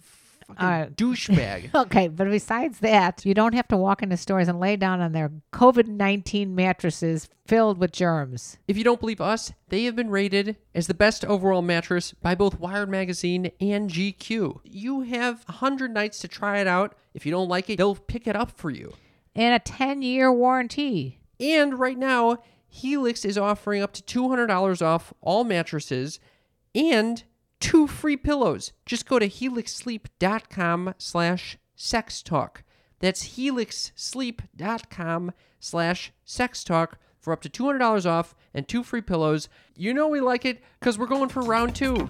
Speaker 2: Fucking
Speaker 1: right.
Speaker 2: douchebag.
Speaker 1: Okay, but besides that, you don't have to walk into stores and lay down on their COVID 19 mattresses filled with germs.
Speaker 2: if you don't believe us, they have been rated as the best overall mattress by both Wired Magazine and GQ. You have 100 nights to try it out. If you don't like it, they'll pick it up for you.
Speaker 1: And a 10 year warranty.
Speaker 2: And right now, Helix is offering up to $200 off all mattresses and two free pillows. Just go to helixsleep.com slash sextalk. That's helixsleep.com slash sextalk for up to $200 off and two free pillows. You know we like it because we're going for round two.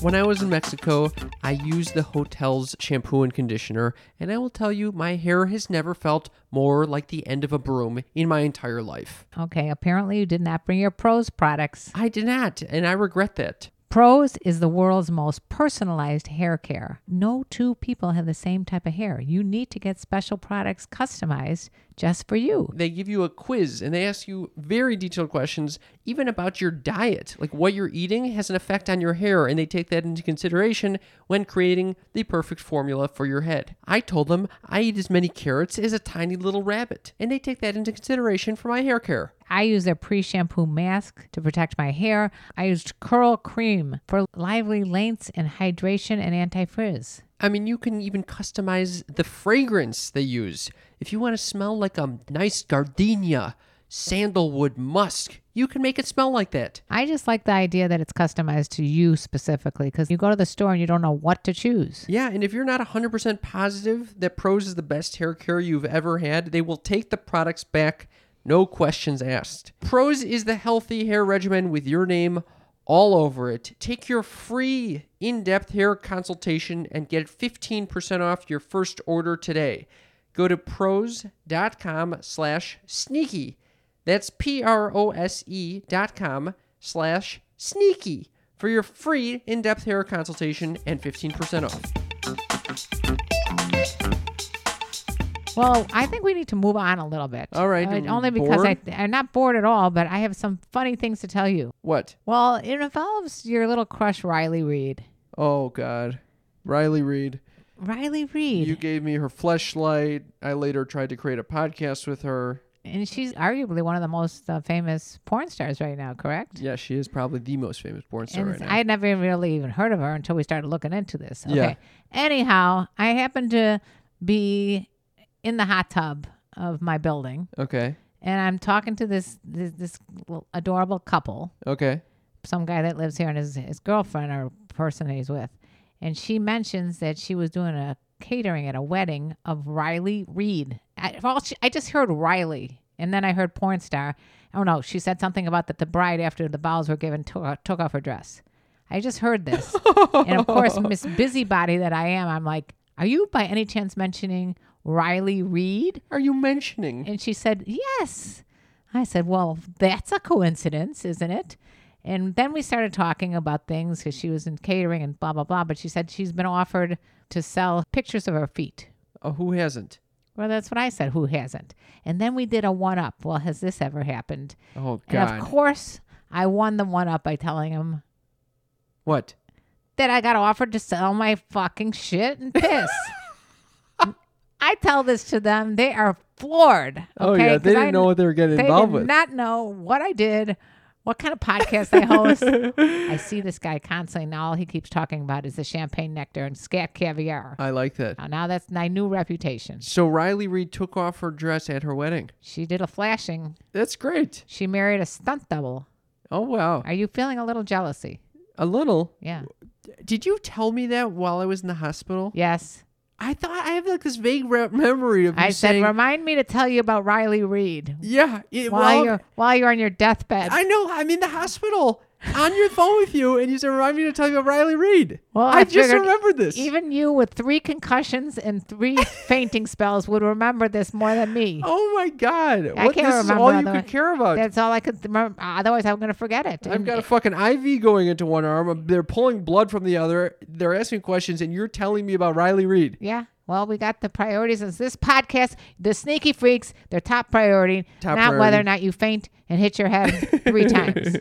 Speaker 2: When I was in Mexico, I used the hotel's shampoo and conditioner, and I will tell you, my hair has never felt more like the end of a broom in my entire life.
Speaker 1: Okay, apparently you did not bring your Pros products.
Speaker 2: I did not, and I regret that.
Speaker 1: Pros is the world's most personalized hair care. No two people have the same type of hair. You need to get special products customized just for you.
Speaker 2: They give you a quiz and they ask you very detailed questions, even about your diet. Like what you're eating has an effect on your hair, and they take that into consideration when creating the perfect formula for your head. I told them I eat as many carrots as a tiny little rabbit, and they take that into consideration for my hair care.
Speaker 1: I use their pre shampoo mask to protect my hair. I used curl cream for lively lengths and hydration and anti frizz.
Speaker 2: I mean, you can even customize the fragrance they use. If you want to smell like a nice gardenia, sandalwood musk, you can make it smell like that.
Speaker 1: I just like the idea that it's customized to you specifically because you go to the store and you don't know what to choose.
Speaker 2: Yeah, and if you're not 100% positive that Pros is the best hair care you've ever had, they will take the products back, no questions asked. Pros is the healthy hair regimen with your name all over it. Take your free in depth hair consultation and get 15% off your first order today. Go to pros.com slash sneaky. That's P R O S E dot com slash sneaky for your free in depth hair consultation and 15% off.
Speaker 1: Well, I think we need to move on a little bit.
Speaker 2: All right,
Speaker 1: Uh,
Speaker 2: you
Speaker 1: only because I,
Speaker 2: bored?
Speaker 1: I'm not bored at all, but I have some funny things to tell you.
Speaker 2: What?
Speaker 1: Well, it involves your little crush, Riley Reed.
Speaker 2: Oh God. Riley Reed.
Speaker 1: Riley Reed.
Speaker 2: You gave me her fleshlight. I later tried to create a podcast with her.
Speaker 1: and she's arguably one of the most uh, famous porn stars right now, correct?
Speaker 2: Yeah, she is probably the most famous porn star
Speaker 1: And
Speaker 2: right
Speaker 1: it's-
Speaker 2: now.
Speaker 1: I had never even really even heard of her until we started looking into this. Okay.
Speaker 2: Yeah.
Speaker 1: Anyhow, I happened to be in the hot tub of my building,
Speaker 2: okay.
Speaker 1: and I'm talking to this this, this little adorable couple,
Speaker 2: Okay.
Speaker 1: some guy that lives here and his his girlfriend or person that he's with, and she mentions that she was doing a catering at a wedding of Riley Reed. I, well, she, I just heard Riley, and then I heard porn star. Oh no, she said something about that the bride after the vows were given took, took off her dress. I just heard this, and of course, Miss Busybody that I am, I'm like, are you by any chance mentioning Riley Reed?
Speaker 2: Are you mentioning?
Speaker 1: And she said, Yes. I said, Well, that's a coincidence, isn't it? And then we started talking about things because she was in catering and blah, blah, blah. But she said she's been offered to sell pictures of her feet.
Speaker 2: Oh, who hasn't?
Speaker 1: Well, that's what I said. Who hasn't? And then we did a one up. Well, has this ever happened?
Speaker 2: Oh
Speaker 1: And
Speaker 2: God.
Speaker 1: of course, I won the one up by telling him
Speaker 2: what?
Speaker 1: that I got offered to sell my fucking shit and piss. I tell this to them. They are floored. Okay?
Speaker 2: Oh yeah, they
Speaker 1: 'Cause
Speaker 2: didn't
Speaker 1: I-
Speaker 2: know what they were getting
Speaker 1: they
Speaker 2: involved
Speaker 1: did
Speaker 2: with.
Speaker 1: not know what I did, what kind of podcast I host. I see this guy constantly, and all he keeps talking about is the champagne nectar and scat caviar.
Speaker 2: I like that.
Speaker 1: Now, now that's my new reputation.
Speaker 2: So Riley Reed took off her dress at her wedding.
Speaker 1: She did a flashing.
Speaker 2: That's great.
Speaker 1: She married a stunt double.
Speaker 2: Oh wow.
Speaker 1: Are you feeling a little jealousy?
Speaker 2: A little.
Speaker 1: Yeah.
Speaker 2: Did you tell me that while I was in the hospital?
Speaker 1: Yes.
Speaker 2: I thought I have like this vague re- memory of you
Speaker 1: I
Speaker 2: saying,
Speaker 1: said, remind me to tell you about Riley Reed
Speaker 2: "Yeah, it,
Speaker 1: while
Speaker 2: well,
Speaker 1: you're while you're on your deathbed.
Speaker 2: I know. I'm in the hospital on your phone with you, and you said, "Remind me to tell you about Riley Reed."
Speaker 1: Well,
Speaker 2: I,
Speaker 1: I
Speaker 2: just
Speaker 1: figured
Speaker 2: remembered this.
Speaker 1: Even you with three concussions and three fainting spells would remember this more than me.
Speaker 2: oh my god!
Speaker 1: I
Speaker 2: what
Speaker 1: can't
Speaker 2: this
Speaker 1: remember
Speaker 2: is all you
Speaker 1: otherwise.
Speaker 2: could care about.
Speaker 1: That's all I could remember. Otherwise, I'm going to forget it.
Speaker 2: Oh, I've
Speaker 1: And-
Speaker 2: got a fucking IV going into one arm. They're pulling blood from the other. They're asking questions, and you're telling me about Riley Reed.
Speaker 1: yeah. Well, we got the priorities. It's this podcast, the sneaky freaks, their top priority,
Speaker 2: Top
Speaker 1: not whether
Speaker 2: priority.
Speaker 1: or not you faint and hit your head three times.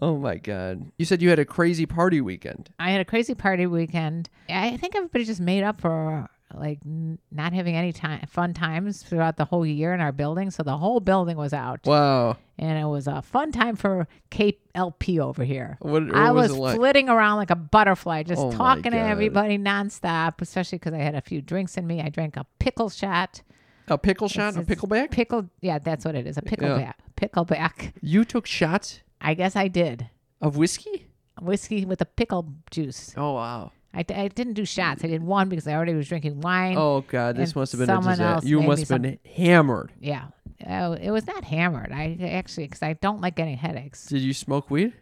Speaker 2: Oh my God. You said you had a crazy party weekend.
Speaker 1: I had a crazy party weekend. I think everybody just made up for like n- not having any time fun times throughout the whole year in our building. So the whole building was out,
Speaker 2: Wow.
Speaker 1: and it was a fun time for KLP over here.
Speaker 2: What, what
Speaker 1: I
Speaker 2: was,
Speaker 1: was
Speaker 2: it like?
Speaker 1: flitting around like a butterfly, just
Speaker 2: Oh my
Speaker 1: talking to
Speaker 2: God.
Speaker 1: everybody nonstop. Especially because I had a few drinks in me. I drank a pickle shot,
Speaker 2: a pickle shot? A
Speaker 1: It's- it's
Speaker 2: pickleback?
Speaker 1: pickle. Yeah, that's what it is. A pickleback. Pickleback.
Speaker 2: You took shots
Speaker 1: I guess I did
Speaker 2: of whiskey?
Speaker 1: whiskey with a pickle juice.
Speaker 2: Oh, wow.
Speaker 1: I, d- I didn't do shots. I did one because I already was drinking wine.
Speaker 2: Oh, God. This
Speaker 1: And
Speaker 2: must have been a
Speaker 1: someone else
Speaker 2: disaster. You
Speaker 1: made
Speaker 2: must
Speaker 1: me
Speaker 2: have been hammered.
Speaker 1: Yeah. Oh, it was not hammered. I actually, because I don't like getting headaches.
Speaker 2: Did you smoke weed?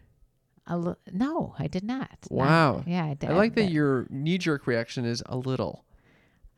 Speaker 1: A li- no, I did not. Not-
Speaker 2: Wow.
Speaker 1: yeah, I did.
Speaker 2: I like that
Speaker 1: but
Speaker 2: your knee jerk reaction is a little.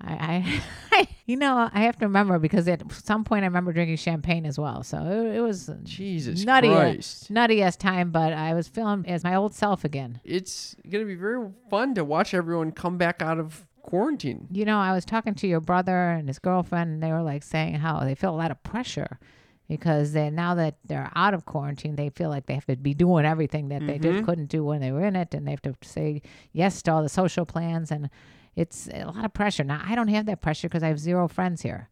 Speaker 1: I, I, you know, I have to remember because at some point I remember drinking champagne as well. So it, it was
Speaker 2: Jesus
Speaker 1: nutty, uh,
Speaker 2: Christ.
Speaker 1: nutty as time, but I was feeling as my old self again.
Speaker 2: It's going to be very fun to watch everyone come back out of quarantine.
Speaker 1: You know, I was talking to your brother and his girlfriend, and they were like saying how they feel a lot of pressure because they now that they're out of quarantine, they feel like they have to be doing everything that they
Speaker 2: Mm-hmm.
Speaker 1: did couldn't do when they were in it, and they have to say yes to all the social plans, and it's a lot of pressure. Now I don't have that pressure because I have zero friends here.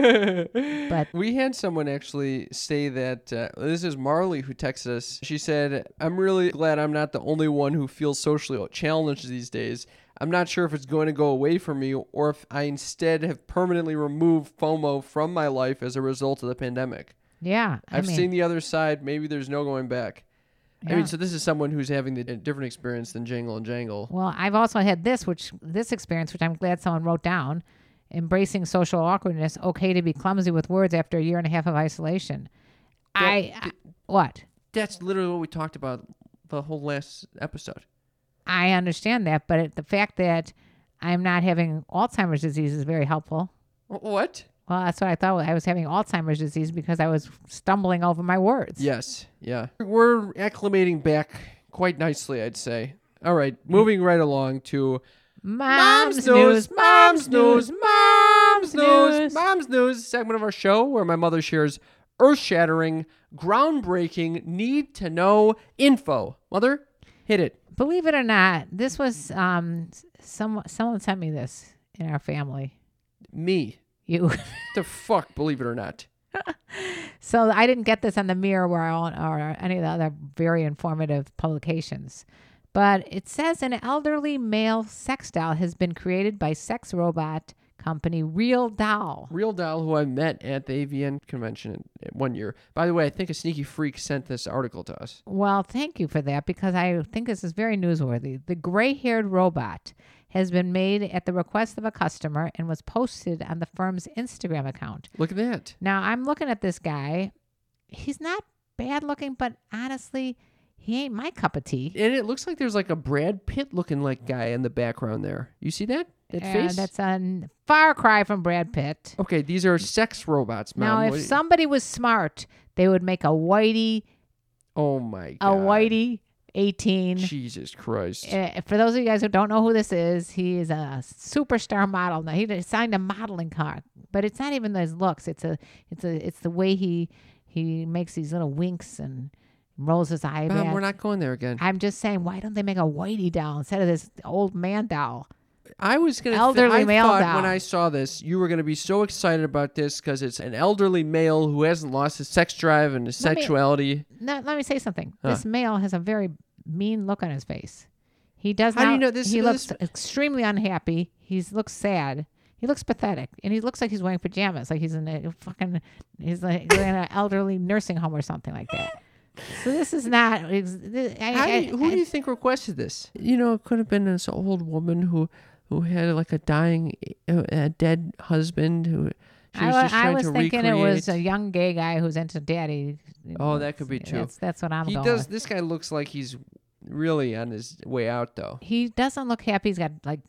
Speaker 2: but we had someone actually say that uh, this is Marley who texted us. She said, "I'm really glad I'm not the only one who feels socially challenged these days. I'm not sure if it's going to go away from me or if I instead have permanently removed FOMO from my life as a result of the pandemic.
Speaker 1: yeah, I
Speaker 2: I've
Speaker 1: mean,
Speaker 2: seen the other side. Maybe there's no going back." I
Speaker 1: Yeah.
Speaker 2: mean, so this is someone who's having the- a different experience than Jangle and Jangle.
Speaker 1: Well, I've also had this, which this experience, which I'm glad someone wrote down. Embracing social awkwardness, okay to be clumsy with words after a year and a half of isolation. I, I what?
Speaker 2: That's literally what we talked about the whole last episode.
Speaker 1: I understand that, but it, the fact that I'm not having Alzheimer's disease is very helpful.
Speaker 2: Wh- What?
Speaker 1: Well, that's what I thought. I was having Alzheimer's disease because I was stumbling over my words.
Speaker 2: Yes. Yeah. We're acclimating back quite nicely, I'd say. All right, moving right along to
Speaker 1: Mom's news, mom's news.
Speaker 2: mom's
Speaker 1: news.
Speaker 2: mom's news segment of our show where my mother shares earth-shattering, groundbreaking, need-to-know info. Mother, hit it.
Speaker 1: Believe it or not, this was um some someone sent me this in our family.
Speaker 2: Me.
Speaker 1: You.
Speaker 2: The fuck, believe it or not.
Speaker 1: So I didn't get this on the Mirror where I own, or any of the other very informative publications. But it says an elderly male sex doll has been created by sex robot company Real Doll.
Speaker 2: Real Doll, who I met at the AVN convention in- in one year. By the way, I think a sneaky freak sent this article to us.
Speaker 1: Well, thank you for that because I think this is very newsworthy. The gray haired robot has been made at the request of a customer and was posted on the firm's Instagram account.
Speaker 2: Look at that.
Speaker 1: Now I'm looking at this guy. He's not bad looking, but honestly, he ain't my cup of tea.
Speaker 2: And it looks like there's like a Brad Pitt looking like guy in the background there. You see that? That
Speaker 1: Yeah,
Speaker 2: face?
Speaker 1: That's a far cry from Brad Pitt.
Speaker 2: okay, these are sex robots, mom.
Speaker 1: now, if
Speaker 2: What-
Speaker 1: somebody was smart, they would make a whitey,
Speaker 2: oh my
Speaker 1: a
Speaker 2: god.
Speaker 1: whitey eighteen.
Speaker 2: Jesus Christ.
Speaker 1: Uh, for those of you guys who don't know who this is, he is a superstar model. Now he d- signed a modeling card, but it's not even his looks. It's a, it's a, it's the way he he makes these little winks and rolls his eye
Speaker 2: Mom,
Speaker 1: back.
Speaker 2: we're not going there again.
Speaker 1: I'm just saying, why don't they make a whitey doll instead of this old man doll?
Speaker 2: I was gonna.
Speaker 1: Elderly
Speaker 2: I
Speaker 1: male
Speaker 2: thought
Speaker 1: doll.
Speaker 2: when I saw this, you were gonna be so excited about this because it's an elderly male who hasn't lost his sex drive and his
Speaker 1: Let me-
Speaker 2: sexuality.
Speaker 1: No, let me say something. This male has a very mean look on his face. He does
Speaker 2: How do
Speaker 1: not.
Speaker 2: you know this-
Speaker 1: he
Speaker 2: this-
Speaker 1: looks extremely unhappy. He looks sad. He looks pathetic, and he looks like he's wearing pajamas, like he's in a fucking, he's like in an elderly nursing home or something like that. So this is not. ex- thi- I,
Speaker 2: How do
Speaker 1: I-
Speaker 2: you, who
Speaker 1: I-
Speaker 2: do you think requested this? You know, it could have been this old woman who who had like a dying, uh, a dead husband who she
Speaker 1: I
Speaker 2: was
Speaker 1: wa-
Speaker 2: just
Speaker 1: I
Speaker 2: trying
Speaker 1: was
Speaker 2: to
Speaker 1: thinking
Speaker 2: recreate.
Speaker 1: it was a young gay guy who's into daddy.
Speaker 2: Oh, that could be too.
Speaker 1: That's, that's what I'm
Speaker 2: he
Speaker 1: going
Speaker 2: does.
Speaker 1: with.
Speaker 2: This guy looks like he's really on his way out, though.
Speaker 1: He doesn't look happy. He's got like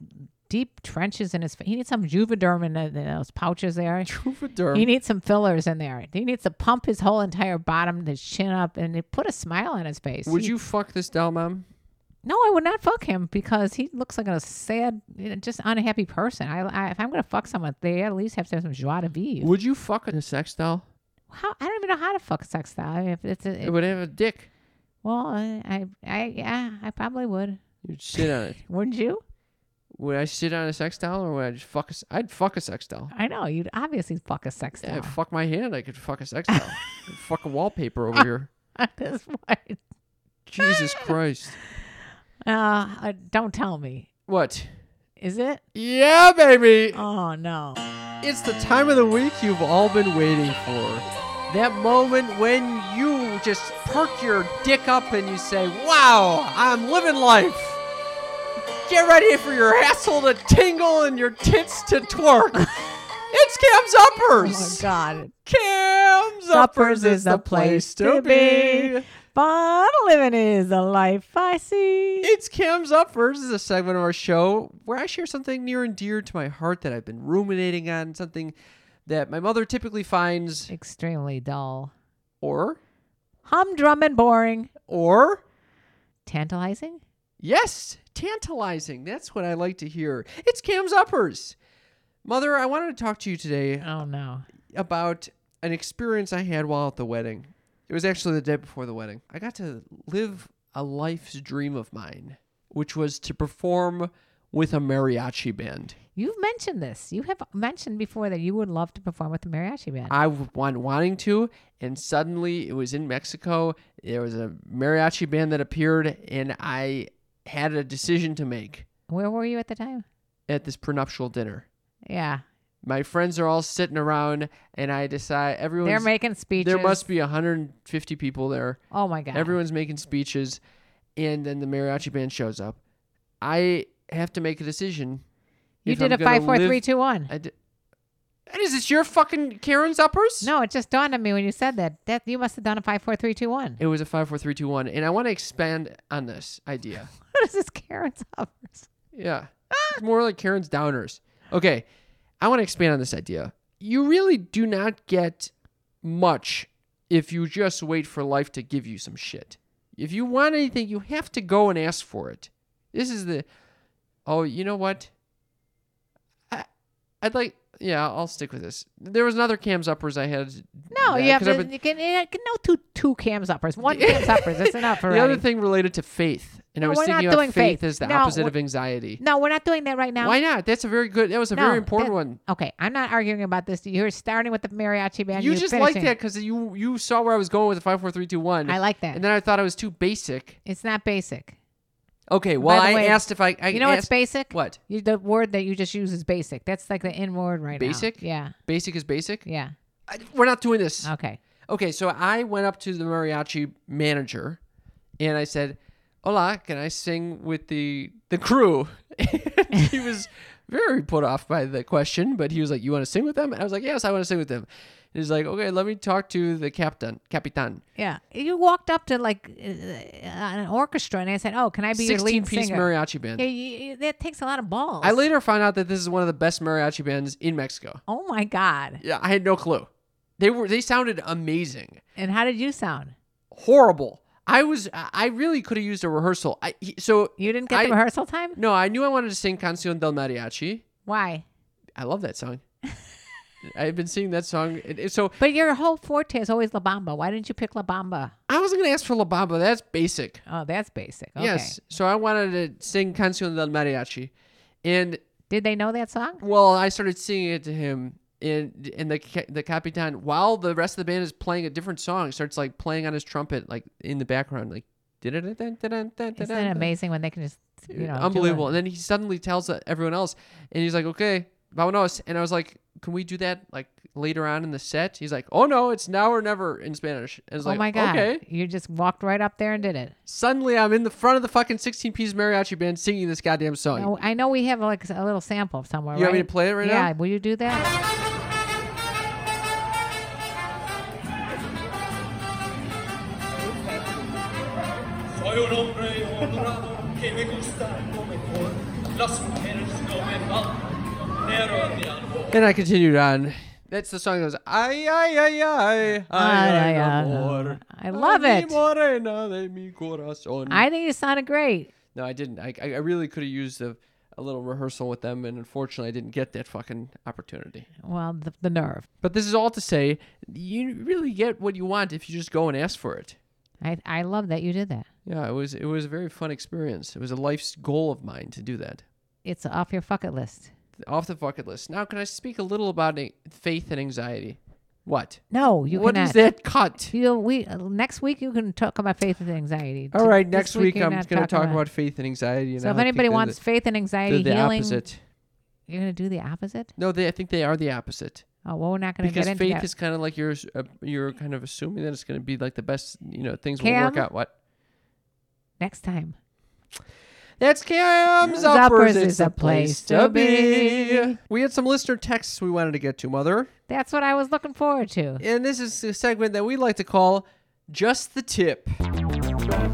Speaker 1: deep trenches in his face. He needs some Juvederm in, the, in those pouches there. He
Speaker 2: Troubadour.
Speaker 1: needs some fillers in there. He needs to pump his whole entire bottom, his chin up, and it put a smile on his face.
Speaker 2: Would
Speaker 1: He-
Speaker 2: you fuck this doll, mom?
Speaker 1: No, I would not fuck him because he looks like a sad, you know, just unhappy person. I, I if I'm gonna fuck someone, they at least have to have some joie de vivre.
Speaker 2: Would you fuck a sex doll?
Speaker 1: how I don't even know how to fuck a sex doll. I mean, if it's a,
Speaker 2: It would have a dick.
Speaker 1: Well, I, I, I, yeah, I probably would.
Speaker 2: You'd sit on it.
Speaker 1: Wouldn't you?
Speaker 2: Would I sit on a sex doll or would I just fuck a s- I'd fuck a sex doll.
Speaker 1: I know you'd obviously fuck a sex
Speaker 2: Yeah,
Speaker 1: doll
Speaker 2: I'd fuck my hand. I could fuck a sex doll. I'd fuck a wallpaper over here.
Speaker 1: at this point.
Speaker 2: Jesus Christ.
Speaker 1: Uh, uh, don't tell me.
Speaker 2: What?
Speaker 1: Is it?
Speaker 2: Yeah, baby.
Speaker 1: Oh no.
Speaker 2: It's the time of the week you've all been waiting for. That moment when you just perk your dick up and you say, Wow, I'm living life. Get ready for your asshole to tingle and your tits to twerk. it's Cam's
Speaker 1: Oh
Speaker 2: Uppers.
Speaker 1: my god.
Speaker 2: Cam's Uppers is the place to be.
Speaker 1: Fun living is the life I see.
Speaker 2: It's Cam's Uppers is a segment of our show where I share something near and dear to my heart that I've been ruminating on, something that my mother typically finds
Speaker 1: Extremely dull.
Speaker 2: or
Speaker 1: Humdrum and boring.
Speaker 2: or
Speaker 1: Tantalizing?
Speaker 2: yes, tantalizing. That's what I like to hear. It's Cam's Uppers. Mother, I wanted to talk to you today
Speaker 1: Oh no.
Speaker 2: about an experience I had while at the wedding. It was actually the day before the wedding. I got to live a life's dream of mine, which was to perform with a mariachi band.
Speaker 1: You've mentioned this. You have mentioned before that you would love to perform with the mariachi band.
Speaker 2: I w- want wanting to, and suddenly it was in Mexico. There was a mariachi band that appeared, and I had a decision to make
Speaker 1: Where were you at the time?
Speaker 2: at this prenuptial dinner.
Speaker 1: Yeah.
Speaker 2: My friends are all sitting around, and I decide everyone's
Speaker 1: They're making speeches.
Speaker 2: there must be 150 people there.
Speaker 1: Oh my god.
Speaker 2: Everyone's making speeches, and then the mariachi band shows up. I have to make a decision.
Speaker 1: you
Speaker 2: if
Speaker 1: did
Speaker 2: I'm
Speaker 1: a
Speaker 2: gonna
Speaker 1: five, four,
Speaker 2: live-
Speaker 1: three, two, one.
Speaker 2: I di- and is this your fucking Karen's uppers?
Speaker 1: No, it just dawned on me when you said that. That you must have done a five, four, three, two, one.
Speaker 2: It was a five, four, three, two, one, and I want to expand on this idea.
Speaker 1: What is this Karen's hours?
Speaker 2: Yeah, it's more like Karen's downers. Okay, I want to expand on this idea. You really do not get much if you just wait for life to give you some shit. If you want anything, you have to go and ask for it. This is the. Oh, you know what? I, I'd like. Yeah, I'll stick with this. There was another cams uppers I had.
Speaker 1: No,
Speaker 2: that-
Speaker 1: you have
Speaker 2: 'cause I've
Speaker 1: to.
Speaker 2: been-
Speaker 1: you can, you can no two two cams uppers. One cams uppers. That's enough already.
Speaker 2: the other thing related to faith, and I
Speaker 1: No,
Speaker 2: was
Speaker 1: we're
Speaker 2: thinking
Speaker 1: not
Speaker 2: about
Speaker 1: doing
Speaker 2: faith
Speaker 1: faith.
Speaker 2: as the
Speaker 1: No,
Speaker 2: opposite
Speaker 1: we're-
Speaker 2: of anxiety.
Speaker 1: no, we're not doing that right now.
Speaker 2: Why not? That's a very good. That was a
Speaker 1: No,
Speaker 2: very important
Speaker 1: that-
Speaker 2: one.
Speaker 1: Okay, I'm not arguing about this. You're starting with the mariachi band.
Speaker 2: you
Speaker 1: you're
Speaker 2: just like
Speaker 1: finishing.
Speaker 2: that because you you saw where I was going with the five, four, three, two, one.
Speaker 1: I like that.
Speaker 2: And then I thought I was too basic.
Speaker 1: it's not basic.
Speaker 2: Okay. Well,
Speaker 1: By
Speaker 2: I
Speaker 1: the way,
Speaker 2: asked if I. I
Speaker 1: You know what's
Speaker 2: asked,
Speaker 1: basic?
Speaker 2: What?
Speaker 1: You, the word that you just use is basic. That's like the in word right
Speaker 2: Basic?
Speaker 1: now. Yeah.
Speaker 2: Basic is basic.
Speaker 1: Yeah. Oh,
Speaker 2: I, we're not doing this.
Speaker 1: Okay.
Speaker 2: Okay. So I went up to the mariachi manager, and I said, "Hola, can I sing with the the crew?" And he was very put off by the question, but he was like, "You want to sing with them?" And I was like, "Yes, I want to sing with them." And he's like, "Okay, let me talk to the captain, capitan."
Speaker 1: Yeah. You walked up to like uh, an orchestra and I said, "Oh, can I be your lead
Speaker 2: piece
Speaker 1: singer?"
Speaker 2: mariachi band.
Speaker 1: Yeah, you, you- that takes a lot of balls.
Speaker 2: I later found out that this is one of the best mariachi bands in Mexico.
Speaker 1: Oh my god!
Speaker 2: Yeah, I had no clue. They were they sounded amazing.
Speaker 1: And how did you sound?
Speaker 2: Horrible. I was I I really could have used a rehearsal. I he- so
Speaker 1: You didn't get the
Speaker 2: I-
Speaker 1: rehearsal time?
Speaker 2: no, I knew I wanted to sing Cancion del Mariachi.
Speaker 1: Why?
Speaker 2: I love that song. I've been singing that song. and- and So
Speaker 1: But your whole forte is always La Bamba. Why didn't you pick La Bamba?
Speaker 2: I wasn't gonna ask for La Bamba. That's basic.
Speaker 1: Oh, that's basic. Okay.
Speaker 2: Yes. So I wanted to sing Cancion del Mariachi, and
Speaker 1: Did they know that song?
Speaker 2: Well, I started singing it to him, and and the ca- the capitan, while the rest of the band is playing a different song, starts like playing on his trumpet, like in the background, like.
Speaker 1: Isn't it amazing when they can just, you know, do it?
Speaker 2: Unbelievable. And then he suddenly tells uh, everyone else, and he's like, okay, vamonos. And I was like, can we do that like later on in the set? He's like, oh no, it's now or never in Spanish. And I was
Speaker 1: Oh
Speaker 2: like,
Speaker 1: my god!
Speaker 2: okay.
Speaker 1: You just walked right up there and did it.
Speaker 2: Suddenly I'm in the front of the fucking 16 piece mariachi band singing this goddamn song.
Speaker 1: Now, I know we have like a little sample somewhere.
Speaker 2: Oh, You
Speaker 1: right?
Speaker 2: want me to play it right now?
Speaker 1: Yeah. Will you do that?
Speaker 4: Soy un hombre honrado que me gusta lo mejor. Las mujeres no me faltan, pero de amor.
Speaker 2: And I continued on. That's the song that goes, ay, ay, ay, ay, ay, ay,
Speaker 1: Ay, ay, ay,
Speaker 2: amor.
Speaker 1: Oh, I love
Speaker 2: Ay,
Speaker 1: it.
Speaker 2: morena de mi corazón.
Speaker 1: I think you sounded great.
Speaker 2: no, I didn't. I, I I really could have used a, a little rehearsal with them, and unfortunately, I didn't get that fucking opportunity.
Speaker 1: Well, the, the nerve.
Speaker 2: But this is all to say you really get what you want if you just go and ask for it.
Speaker 1: I I love that you did that.
Speaker 2: Yeah, it was it was a very fun experience. It was a life's goal of mine to do that.
Speaker 1: It's off your bucket list.
Speaker 2: Off the bucket list. Now, can I speak a little about a- faith and anxiety? What?
Speaker 1: No, you
Speaker 2: What
Speaker 1: cannot.
Speaker 2: is that cut?
Speaker 1: You we uh, next week you can talk about faith and anxiety.
Speaker 2: All
Speaker 1: T-
Speaker 2: right,
Speaker 1: this
Speaker 2: next week
Speaker 1: you're
Speaker 2: I'm
Speaker 1: not
Speaker 2: going to
Speaker 1: talking
Speaker 2: talk about faith and anxiety. And
Speaker 1: So
Speaker 2: I
Speaker 1: if
Speaker 2: think
Speaker 1: anybody
Speaker 2: they're
Speaker 1: wants
Speaker 2: the,
Speaker 1: faith and anxiety
Speaker 2: they're the
Speaker 1: healing,
Speaker 2: opposite.
Speaker 1: you're going to do the opposite.
Speaker 2: No, they, I think they are the opposite
Speaker 1: Oh, well, we're not going to
Speaker 2: because
Speaker 1: get into
Speaker 2: faith
Speaker 1: that.
Speaker 2: is kind of like you're s- uh, you're kind of assuming that it's going to be like the best. You know, things will work
Speaker 1: Cam?
Speaker 2: out. What?
Speaker 1: next time.
Speaker 2: That's Cam's
Speaker 1: Zuppers
Speaker 2: Uppers.
Speaker 1: is
Speaker 2: It's
Speaker 1: a
Speaker 2: the
Speaker 1: place
Speaker 2: place to
Speaker 1: to
Speaker 2: be.
Speaker 1: be.
Speaker 2: We had some listener texts we wanted to get to, Mother.
Speaker 1: That's what I was looking forward to.
Speaker 2: And this is a segment that we like to call Just the Tip.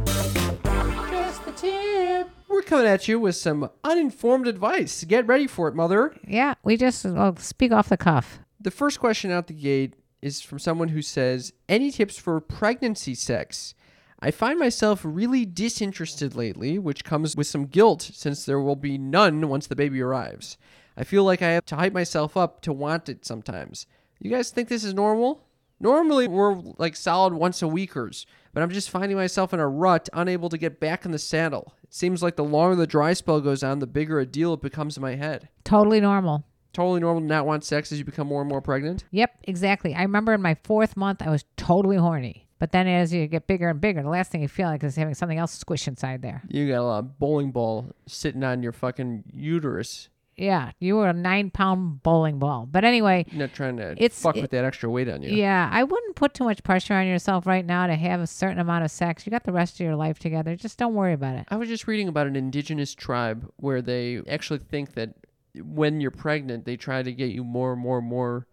Speaker 2: Just the Tip. We're coming at you with some uninformed advice. Get ready for it, Mother.
Speaker 1: Yeah, we just well, speak off the cuff.
Speaker 2: The first question out the gate is from someone who says, Any tips for pregnancy sex? I find myself really disinterested lately, which comes with some guilt since there will be none once the baby arrives. I feel like I have to hype myself up to want it sometimes. You guys think this is normal? Normally, we're like solid once a weekers, but I'm just finding myself in a rut, unable to get back in the saddle. It seems like the longer the dry spell goes on, the bigger a deal it becomes in my head.
Speaker 1: Totally normal.
Speaker 2: Totally normal to not want sex as you become more and more pregnant.
Speaker 1: Yep, exactly. I remember in my fourth month, I was totally horny. But then as you get bigger and bigger, the last thing you feel like is having something else squish inside there.
Speaker 2: You got a lot of bowling ball sitting on your fucking uterus.
Speaker 1: Yeah, you were a nine pound bowling ball. But anyway,
Speaker 2: You're not trying to
Speaker 1: It's-
Speaker 2: fuck
Speaker 1: it-
Speaker 2: with that extra weight on you.
Speaker 1: yeah, I wouldn't put too much pressure on yourself right now to have a certain amount of sex. You got the rest of your life together. Just don't worry about it.
Speaker 2: I was just reading about an indigenous tribe where they actually think that when you're pregnant, they try to get you more and more and more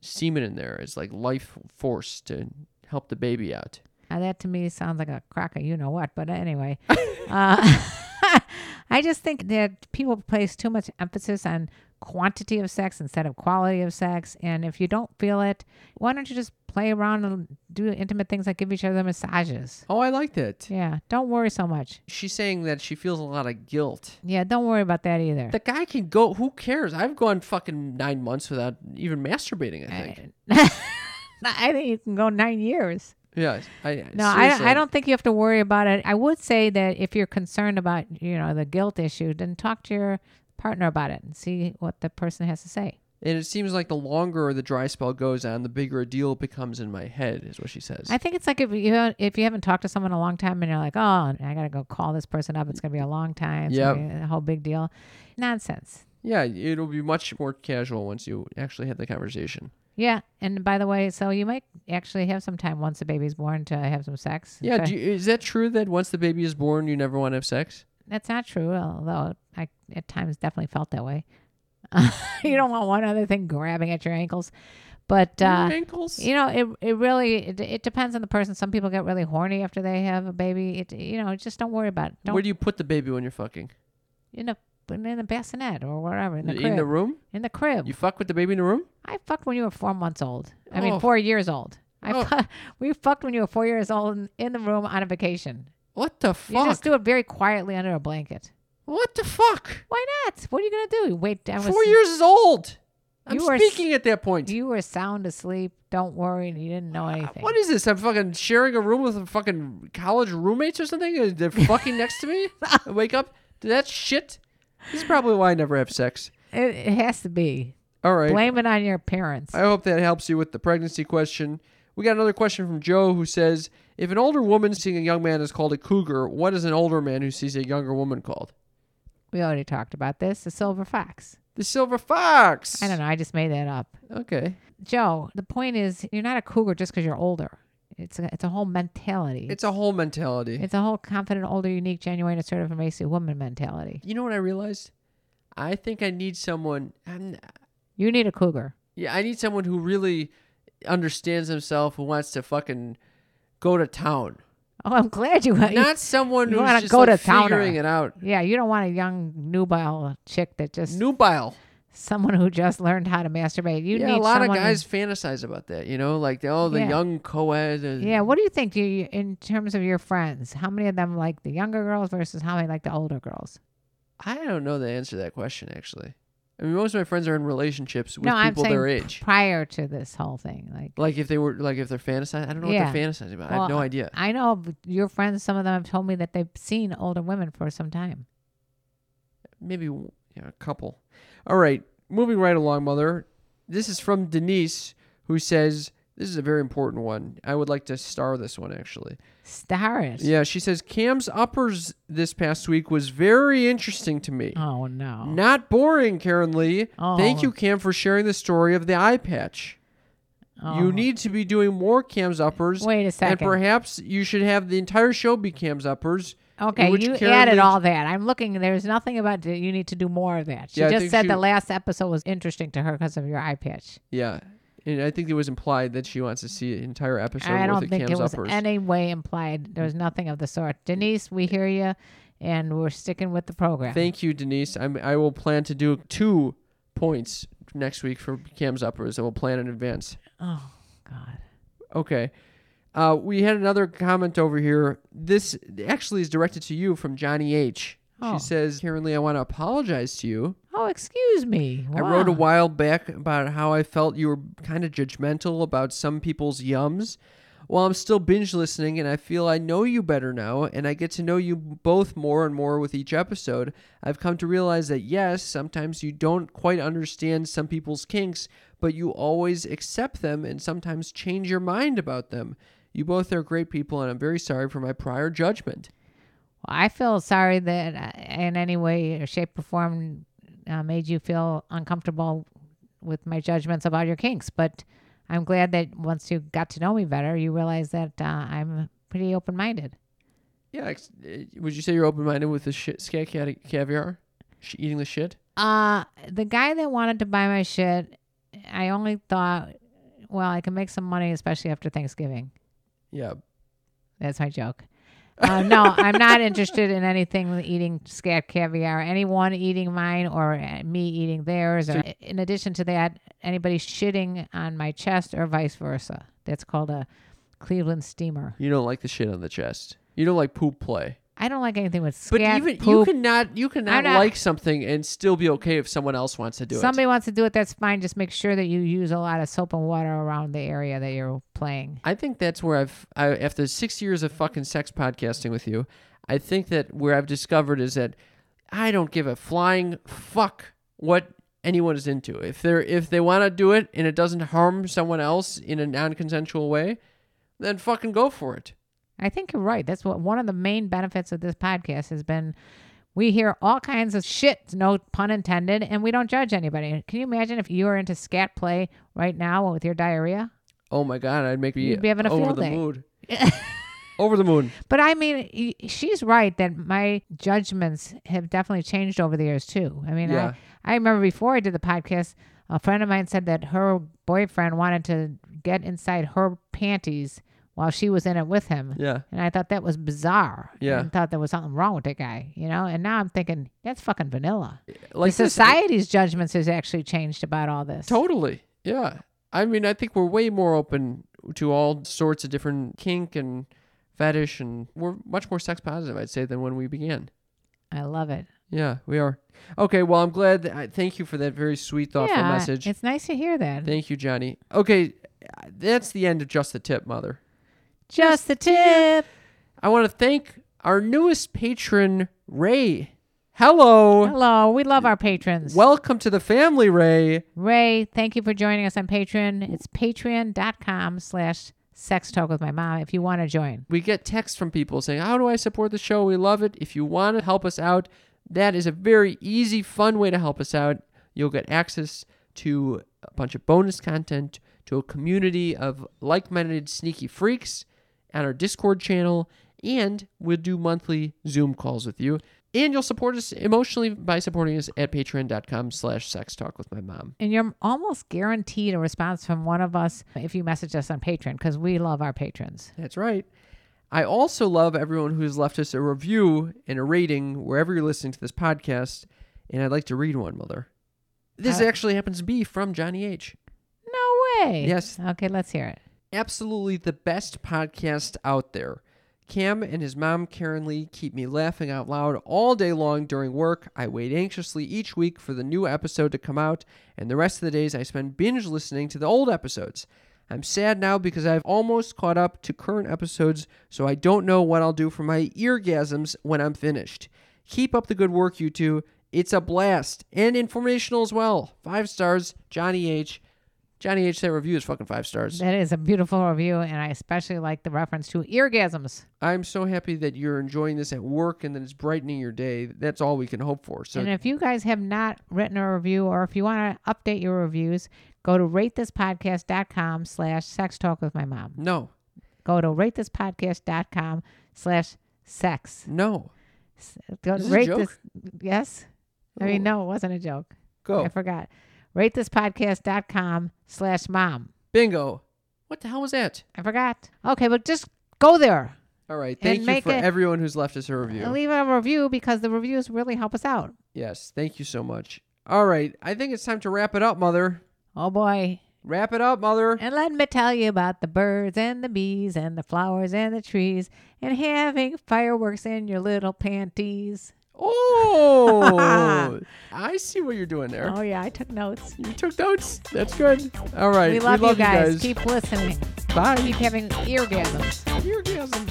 Speaker 2: semen in there as like life force to help the baby out.
Speaker 1: Now, that to me sounds like a crock of you know what, but anyway. uh, I just think that people place too much emphasis on quantity of sex instead of quality of sex. And if you don't feel it, why don't you just play around and do intimate things like give each other massages?
Speaker 2: Oh, I like that.
Speaker 1: Yeah, don't worry so much.
Speaker 2: She's saying that she feels a lot of guilt.
Speaker 1: Yeah, don't worry about that either.
Speaker 2: The guy can go. Who cares? I've gone fucking nine months without even masturbating. I think.
Speaker 1: I think you can go nine years.
Speaker 2: yeah. I,
Speaker 1: No, I,
Speaker 2: seriously.
Speaker 1: I don't think you have to worry about it. I would say that if you're concerned about, you know, the guilt issue, then talk to your partner about it and see what the person has to say.
Speaker 2: And it seems like the longer the dry spell goes on, the bigger a deal it becomes in my head, is what she says.
Speaker 1: I think it's like if you if you haven't talked to someone in a long time and you're like, oh, I gotta go call this person up. It's gonna be a long time. It's gonna
Speaker 2: Yep.
Speaker 1: be a whole big deal. Nonsense.
Speaker 2: yeah, it'll be much more casual once you actually have the conversation.
Speaker 1: Yeah. And by the way, so you might actually have some time once the baby's born to have some sex.
Speaker 2: Yeah,
Speaker 1: So
Speaker 2: do you, is that true that once the baby is born, you never want to have sex?
Speaker 1: that's not true. Although I at times definitely felt that way. you
Speaker 2: Mm.
Speaker 1: don't want one other thing grabbing at your ankles, but. Uh,
Speaker 2: ankles?
Speaker 1: You know, it it really it, it depends on the person. Some people get really horny after they have a baby. It you know, just don't worry about it. Don't
Speaker 2: Where do you put the baby when you're fucking?
Speaker 1: in the in the bassinet or wherever in the crib.
Speaker 2: in the room?
Speaker 1: In the crib.
Speaker 2: You fuck with the baby in the room?
Speaker 1: I fucked when you were four months old. I mean,
Speaker 2: Oh.
Speaker 1: four years old. I
Speaker 2: Oh.
Speaker 1: fu- we fucked when you were four years old in, in the room on a vacation.
Speaker 2: What the
Speaker 1: You
Speaker 2: fuck?
Speaker 1: just do it very quietly under a blanket.
Speaker 2: what the fuck?
Speaker 1: Why not? What are you gonna do? Wait, I was
Speaker 2: Four years is old. I'm
Speaker 1: You are s-
Speaker 2: speaking at that point.
Speaker 1: You were sound asleep. Don't worry, you didn't know anything.
Speaker 2: Uh, what is this? I'm fucking sharing a room with a fucking college roommates or something? Uh, They're fucking next to me? I wake up to that shit? This is probably why I never have sex.
Speaker 1: it, it has to be.
Speaker 2: All right. Uh,
Speaker 1: Blame it on your parents.
Speaker 2: I hope that helps you with the pregnancy question. We got another question from Joe who says If an older woman seeing a young man is called a cougar, what is an older man who sees a younger woman called?
Speaker 1: We already talked about this. The silver fox.
Speaker 2: The silver fox.
Speaker 1: I don't know. I just made that up.
Speaker 2: know. Okay.
Speaker 1: Joe, the point is, you're not a cougar just because you're older. It's a, it's a whole mentality.
Speaker 2: It's a whole mentality.
Speaker 1: it's a whole confident, older, unique, genuine, assertive, emaciated woman mentality.
Speaker 2: you know what I realized? I think I need someone. I'm,
Speaker 1: You need a cougar.
Speaker 2: Yeah, I need someone who really understands himself, who wants to fucking go to town.
Speaker 1: Oh, I'm glad you. you-
Speaker 2: Not someone
Speaker 1: you wanna
Speaker 2: who's just
Speaker 1: go
Speaker 2: like
Speaker 1: to towner.
Speaker 2: figuring it out.
Speaker 1: yeah, you don't want a young, nubile chick that just
Speaker 2: Nubile.
Speaker 1: someone who just learned how to masturbate. You
Speaker 2: yeah,
Speaker 1: need
Speaker 2: a lot of
Speaker 1: someone who-
Speaker 2: guys fantasize about that, you know, like oh, the
Speaker 1: Yeah.
Speaker 2: young co-ed. And,
Speaker 1: yeah, what do you think? Do you, in terms of your friends, how many of them like the younger girls versus how many like the older girls?
Speaker 2: I don't know the answer to that question actually. I mean, most of my friends are in relationships with
Speaker 1: no, I'm
Speaker 2: people
Speaker 1: saying
Speaker 2: their age.
Speaker 1: prior to this whole thing. Like,
Speaker 2: like if they were like if they're fantasizing, I don't know
Speaker 1: yeah.
Speaker 2: what they're fantasizing about. I
Speaker 1: Well,
Speaker 2: have no idea.
Speaker 1: I know but your friends. Some of them have told me that they've seen older women for some time.
Speaker 2: Maybe w- yeah, a couple. All right, moving right along, mother. This is from Denise, who says this is a very important one. I would like to star this one actually.
Speaker 1: Star it.
Speaker 2: Yeah, she says Cam's uppers this past week was very interesting to me.
Speaker 1: Oh no.
Speaker 2: Not boring, Karen Lee.
Speaker 1: Oh.
Speaker 2: Thank you, Cam, for sharing the story of the eye patch.
Speaker 1: Oh.
Speaker 2: You need to be doing more Cam's uppers.
Speaker 1: Wait a
Speaker 2: And
Speaker 1: second.
Speaker 2: perhaps you should have the entire show be Cam's uppers. in
Speaker 1: Okay,
Speaker 2: which
Speaker 1: you
Speaker 2: Karen
Speaker 1: added
Speaker 2: Lee-
Speaker 1: all that. I'm looking. There's nothing about that you need to do more of that. She
Speaker 2: Yeah, I
Speaker 1: just
Speaker 2: think
Speaker 1: said
Speaker 2: she-
Speaker 1: the last episode was interesting to her because of your eye patch.
Speaker 2: Yeah. And I think it was implied that she wants to see an entire episode
Speaker 1: I
Speaker 2: worth
Speaker 1: don't
Speaker 2: of
Speaker 1: think
Speaker 2: Cam's
Speaker 1: it was
Speaker 2: uppers.
Speaker 1: any way implied. There was nothing of the sort. Denise, we hear you, and we're sticking with the program.
Speaker 2: Thank you, Denise. I'm, I will plan to do two points next week for Cam's uppers. I will plan in advance.
Speaker 1: oh God.
Speaker 2: Okay. Uh, we had another comment over here. This actually is directed to you from Johnny H.
Speaker 1: Oh.
Speaker 2: She says, Karen Lee, I want to apologize to you.
Speaker 1: Oh, excuse me.
Speaker 2: I wrote a
Speaker 1: Wow.
Speaker 2: while back about how I felt you were kind of judgmental about some people's yums. Well, I'm still binge listening and I feel I know you better now and I get to know you both more and more with each episode. I've come to realize that yes, sometimes you don't quite understand some people's kinks, but you always accept them and sometimes change your mind about them. You both are great people and I'm very sorry for my prior judgment.
Speaker 1: Well, I feel sorry that uh, in any way, or shape, or form uh, made you feel uncomfortable with my judgments about your kinks. But I'm glad that once you got to know me better, you realized that uh, I'm pretty open minded.
Speaker 2: Yeah, ex- eh, would you say you're open-minded with the shit scat cat- caviar? Sh- eating the shit?
Speaker 1: Uh, the guy that wanted to buy my shit, I only thought, well, I can make some money, especially after Thanksgiving.
Speaker 2: Yeah,
Speaker 1: That's my joke. Uh, no, I'm not interested in anything with eating scat caviar. Anyone eating mine or uh, me eating theirs. Or, in addition to that, anybody shitting on my chest or vice versa. That's called a Cleveland steamer.
Speaker 2: You don't like the shit on the chest. You don't like poop play.
Speaker 1: I don't like anything with
Speaker 2: But
Speaker 1: scat
Speaker 2: even you
Speaker 1: poop.
Speaker 2: cannot you cannot
Speaker 1: I'm not-
Speaker 2: like something and still be okay if someone else wants to do
Speaker 1: Somebody wants to do it. That's fine. Just make sure that you use a lot of soap and water around the area that you're playing.
Speaker 2: it. I think that's where I've I, after six years of fucking sex podcasting with you, I think that where I've discovered is that I don't give a flying fuck what anyone is into. If they're if they want to do it and it doesn't harm someone else in a non-consensual way, then fucking go for it.
Speaker 1: I think you're right. That's what one of the main benefits of this podcast has been. We hear all kinds of shit, no pun intended, and we don't judge anybody. Can you imagine if you were into scat play right now with your diarrhea?
Speaker 2: Oh my god, I'd make me
Speaker 1: You'd be having a
Speaker 2: over
Speaker 1: field
Speaker 2: the
Speaker 1: day.
Speaker 2: mood. over the moon.
Speaker 1: But I mean, y- she's right that my judgments have definitely changed over the years too. I mean,
Speaker 2: Yeah.
Speaker 1: I, I remember before I did the podcast, a friend of mine said that her boyfriend wanted to get inside her panties while she was in it with him.
Speaker 2: Yeah.
Speaker 1: And I thought that was bizarre.
Speaker 2: Yeah.
Speaker 1: And thought there was something wrong with that guy, you know? And now I'm thinking, that's fucking vanilla.
Speaker 2: Like
Speaker 1: the
Speaker 2: this-
Speaker 1: society's judgments has actually changed about all this.
Speaker 2: Totally. Yeah. I mean, I think we're way more open to all sorts of different kink and fetish, and we're much more sex positive, I'd say, than when we began.
Speaker 1: I love it.
Speaker 2: Yeah, we are. Okay. Well, I'm glad. That I, thank you for that very sweet, thoughtful
Speaker 1: yeah,
Speaker 2: message.
Speaker 1: It's nice to hear that.
Speaker 2: Thank you, Johnny. Okay. That's the end of Just the Tip, Mother.
Speaker 1: Just the tip.
Speaker 2: I want to thank our newest patron, Ray. Hello.
Speaker 1: Hello. We love our patrons.
Speaker 2: Welcome to the family, Ray.
Speaker 1: Ray, thank you for joining us on Patreon. It's patreon.com slash sex talk with my mom if you want to join.
Speaker 2: We get texts from people saying, How do I support the show? We love it. If you want to help us out, that is a very easy, fun way to help us out. You'll get access to a bunch of bonus content, to a community of like minded sneaky freaks on our Discord channel, and we'll do monthly Zoom calls with you. And you'll support us emotionally by supporting us at patreon.com slash sex talk with my mom.
Speaker 1: And you're almost guaranteed a response from one of us if you message us on Patreon because we love our patrons.
Speaker 2: That's right. I also love everyone who's left us a review and a rating wherever you're listening to this podcast, and I'd like to read one, Mother. This
Speaker 1: Uh,
Speaker 2: actually happens to be from Johnny H.
Speaker 1: No way.
Speaker 2: Yes.
Speaker 1: Okay, let's hear it.
Speaker 2: Absolutely the best podcast out there. Cam and his mom, Karen Lee, keep me laughing out loud all day long during work. I wait anxiously each week for the new episode to come out, and the rest of the days I spend binge listening to the old episodes. I'm sad now because I've almost caught up to current episodes, so I don't know what I'll do for my eargasms when I'm finished. Keep up the good work, you two. It's a blast and informational as well. Five stars, Johnny H. Johnny H. That review is fucking five stars.
Speaker 1: That is a beautiful review, and I especially like the reference to eargasms.
Speaker 2: I'm so happy that you're enjoying this at work and that it's brightening your day. That's all we can hope for. So
Speaker 1: And if you guys have not written a review or if you want to update your reviews, go to ratethispodcast.com slash sex talk with my mom.
Speaker 2: no,
Speaker 1: Go to ratethispodcast.com slash sex.
Speaker 2: no,
Speaker 1: Go to
Speaker 2: Is this a
Speaker 1: rate
Speaker 2: joke? Oh.
Speaker 1: this. Yes. I mean, no, it wasn't a joke.
Speaker 2: go
Speaker 1: I forgot. Ratethispodcast.com slash mom.
Speaker 2: bingo. What the hell was that?
Speaker 1: I forgot. Okay, but just go there
Speaker 2: All right,
Speaker 1: And
Speaker 2: thank you
Speaker 1: make
Speaker 2: for
Speaker 1: it-
Speaker 2: everyone who's left us a review.
Speaker 1: and leave a review because the reviews really help us out.
Speaker 2: Yes, thank you so much. All right, I think it's time to wrap it up, mother.
Speaker 1: Oh boy.
Speaker 2: Wrap it up, mother.
Speaker 1: And let me tell you about the birds and the bees and the flowers and the trees and having fireworks in your little panties.
Speaker 2: Oh, I see what you're doing there.
Speaker 1: Oh, yeah, I took notes.
Speaker 2: You took notes. That's good. All right,
Speaker 1: We love, you, guys. Keep listening.
Speaker 2: Bye.
Speaker 1: Keep having eargasms.
Speaker 2: Eargasms.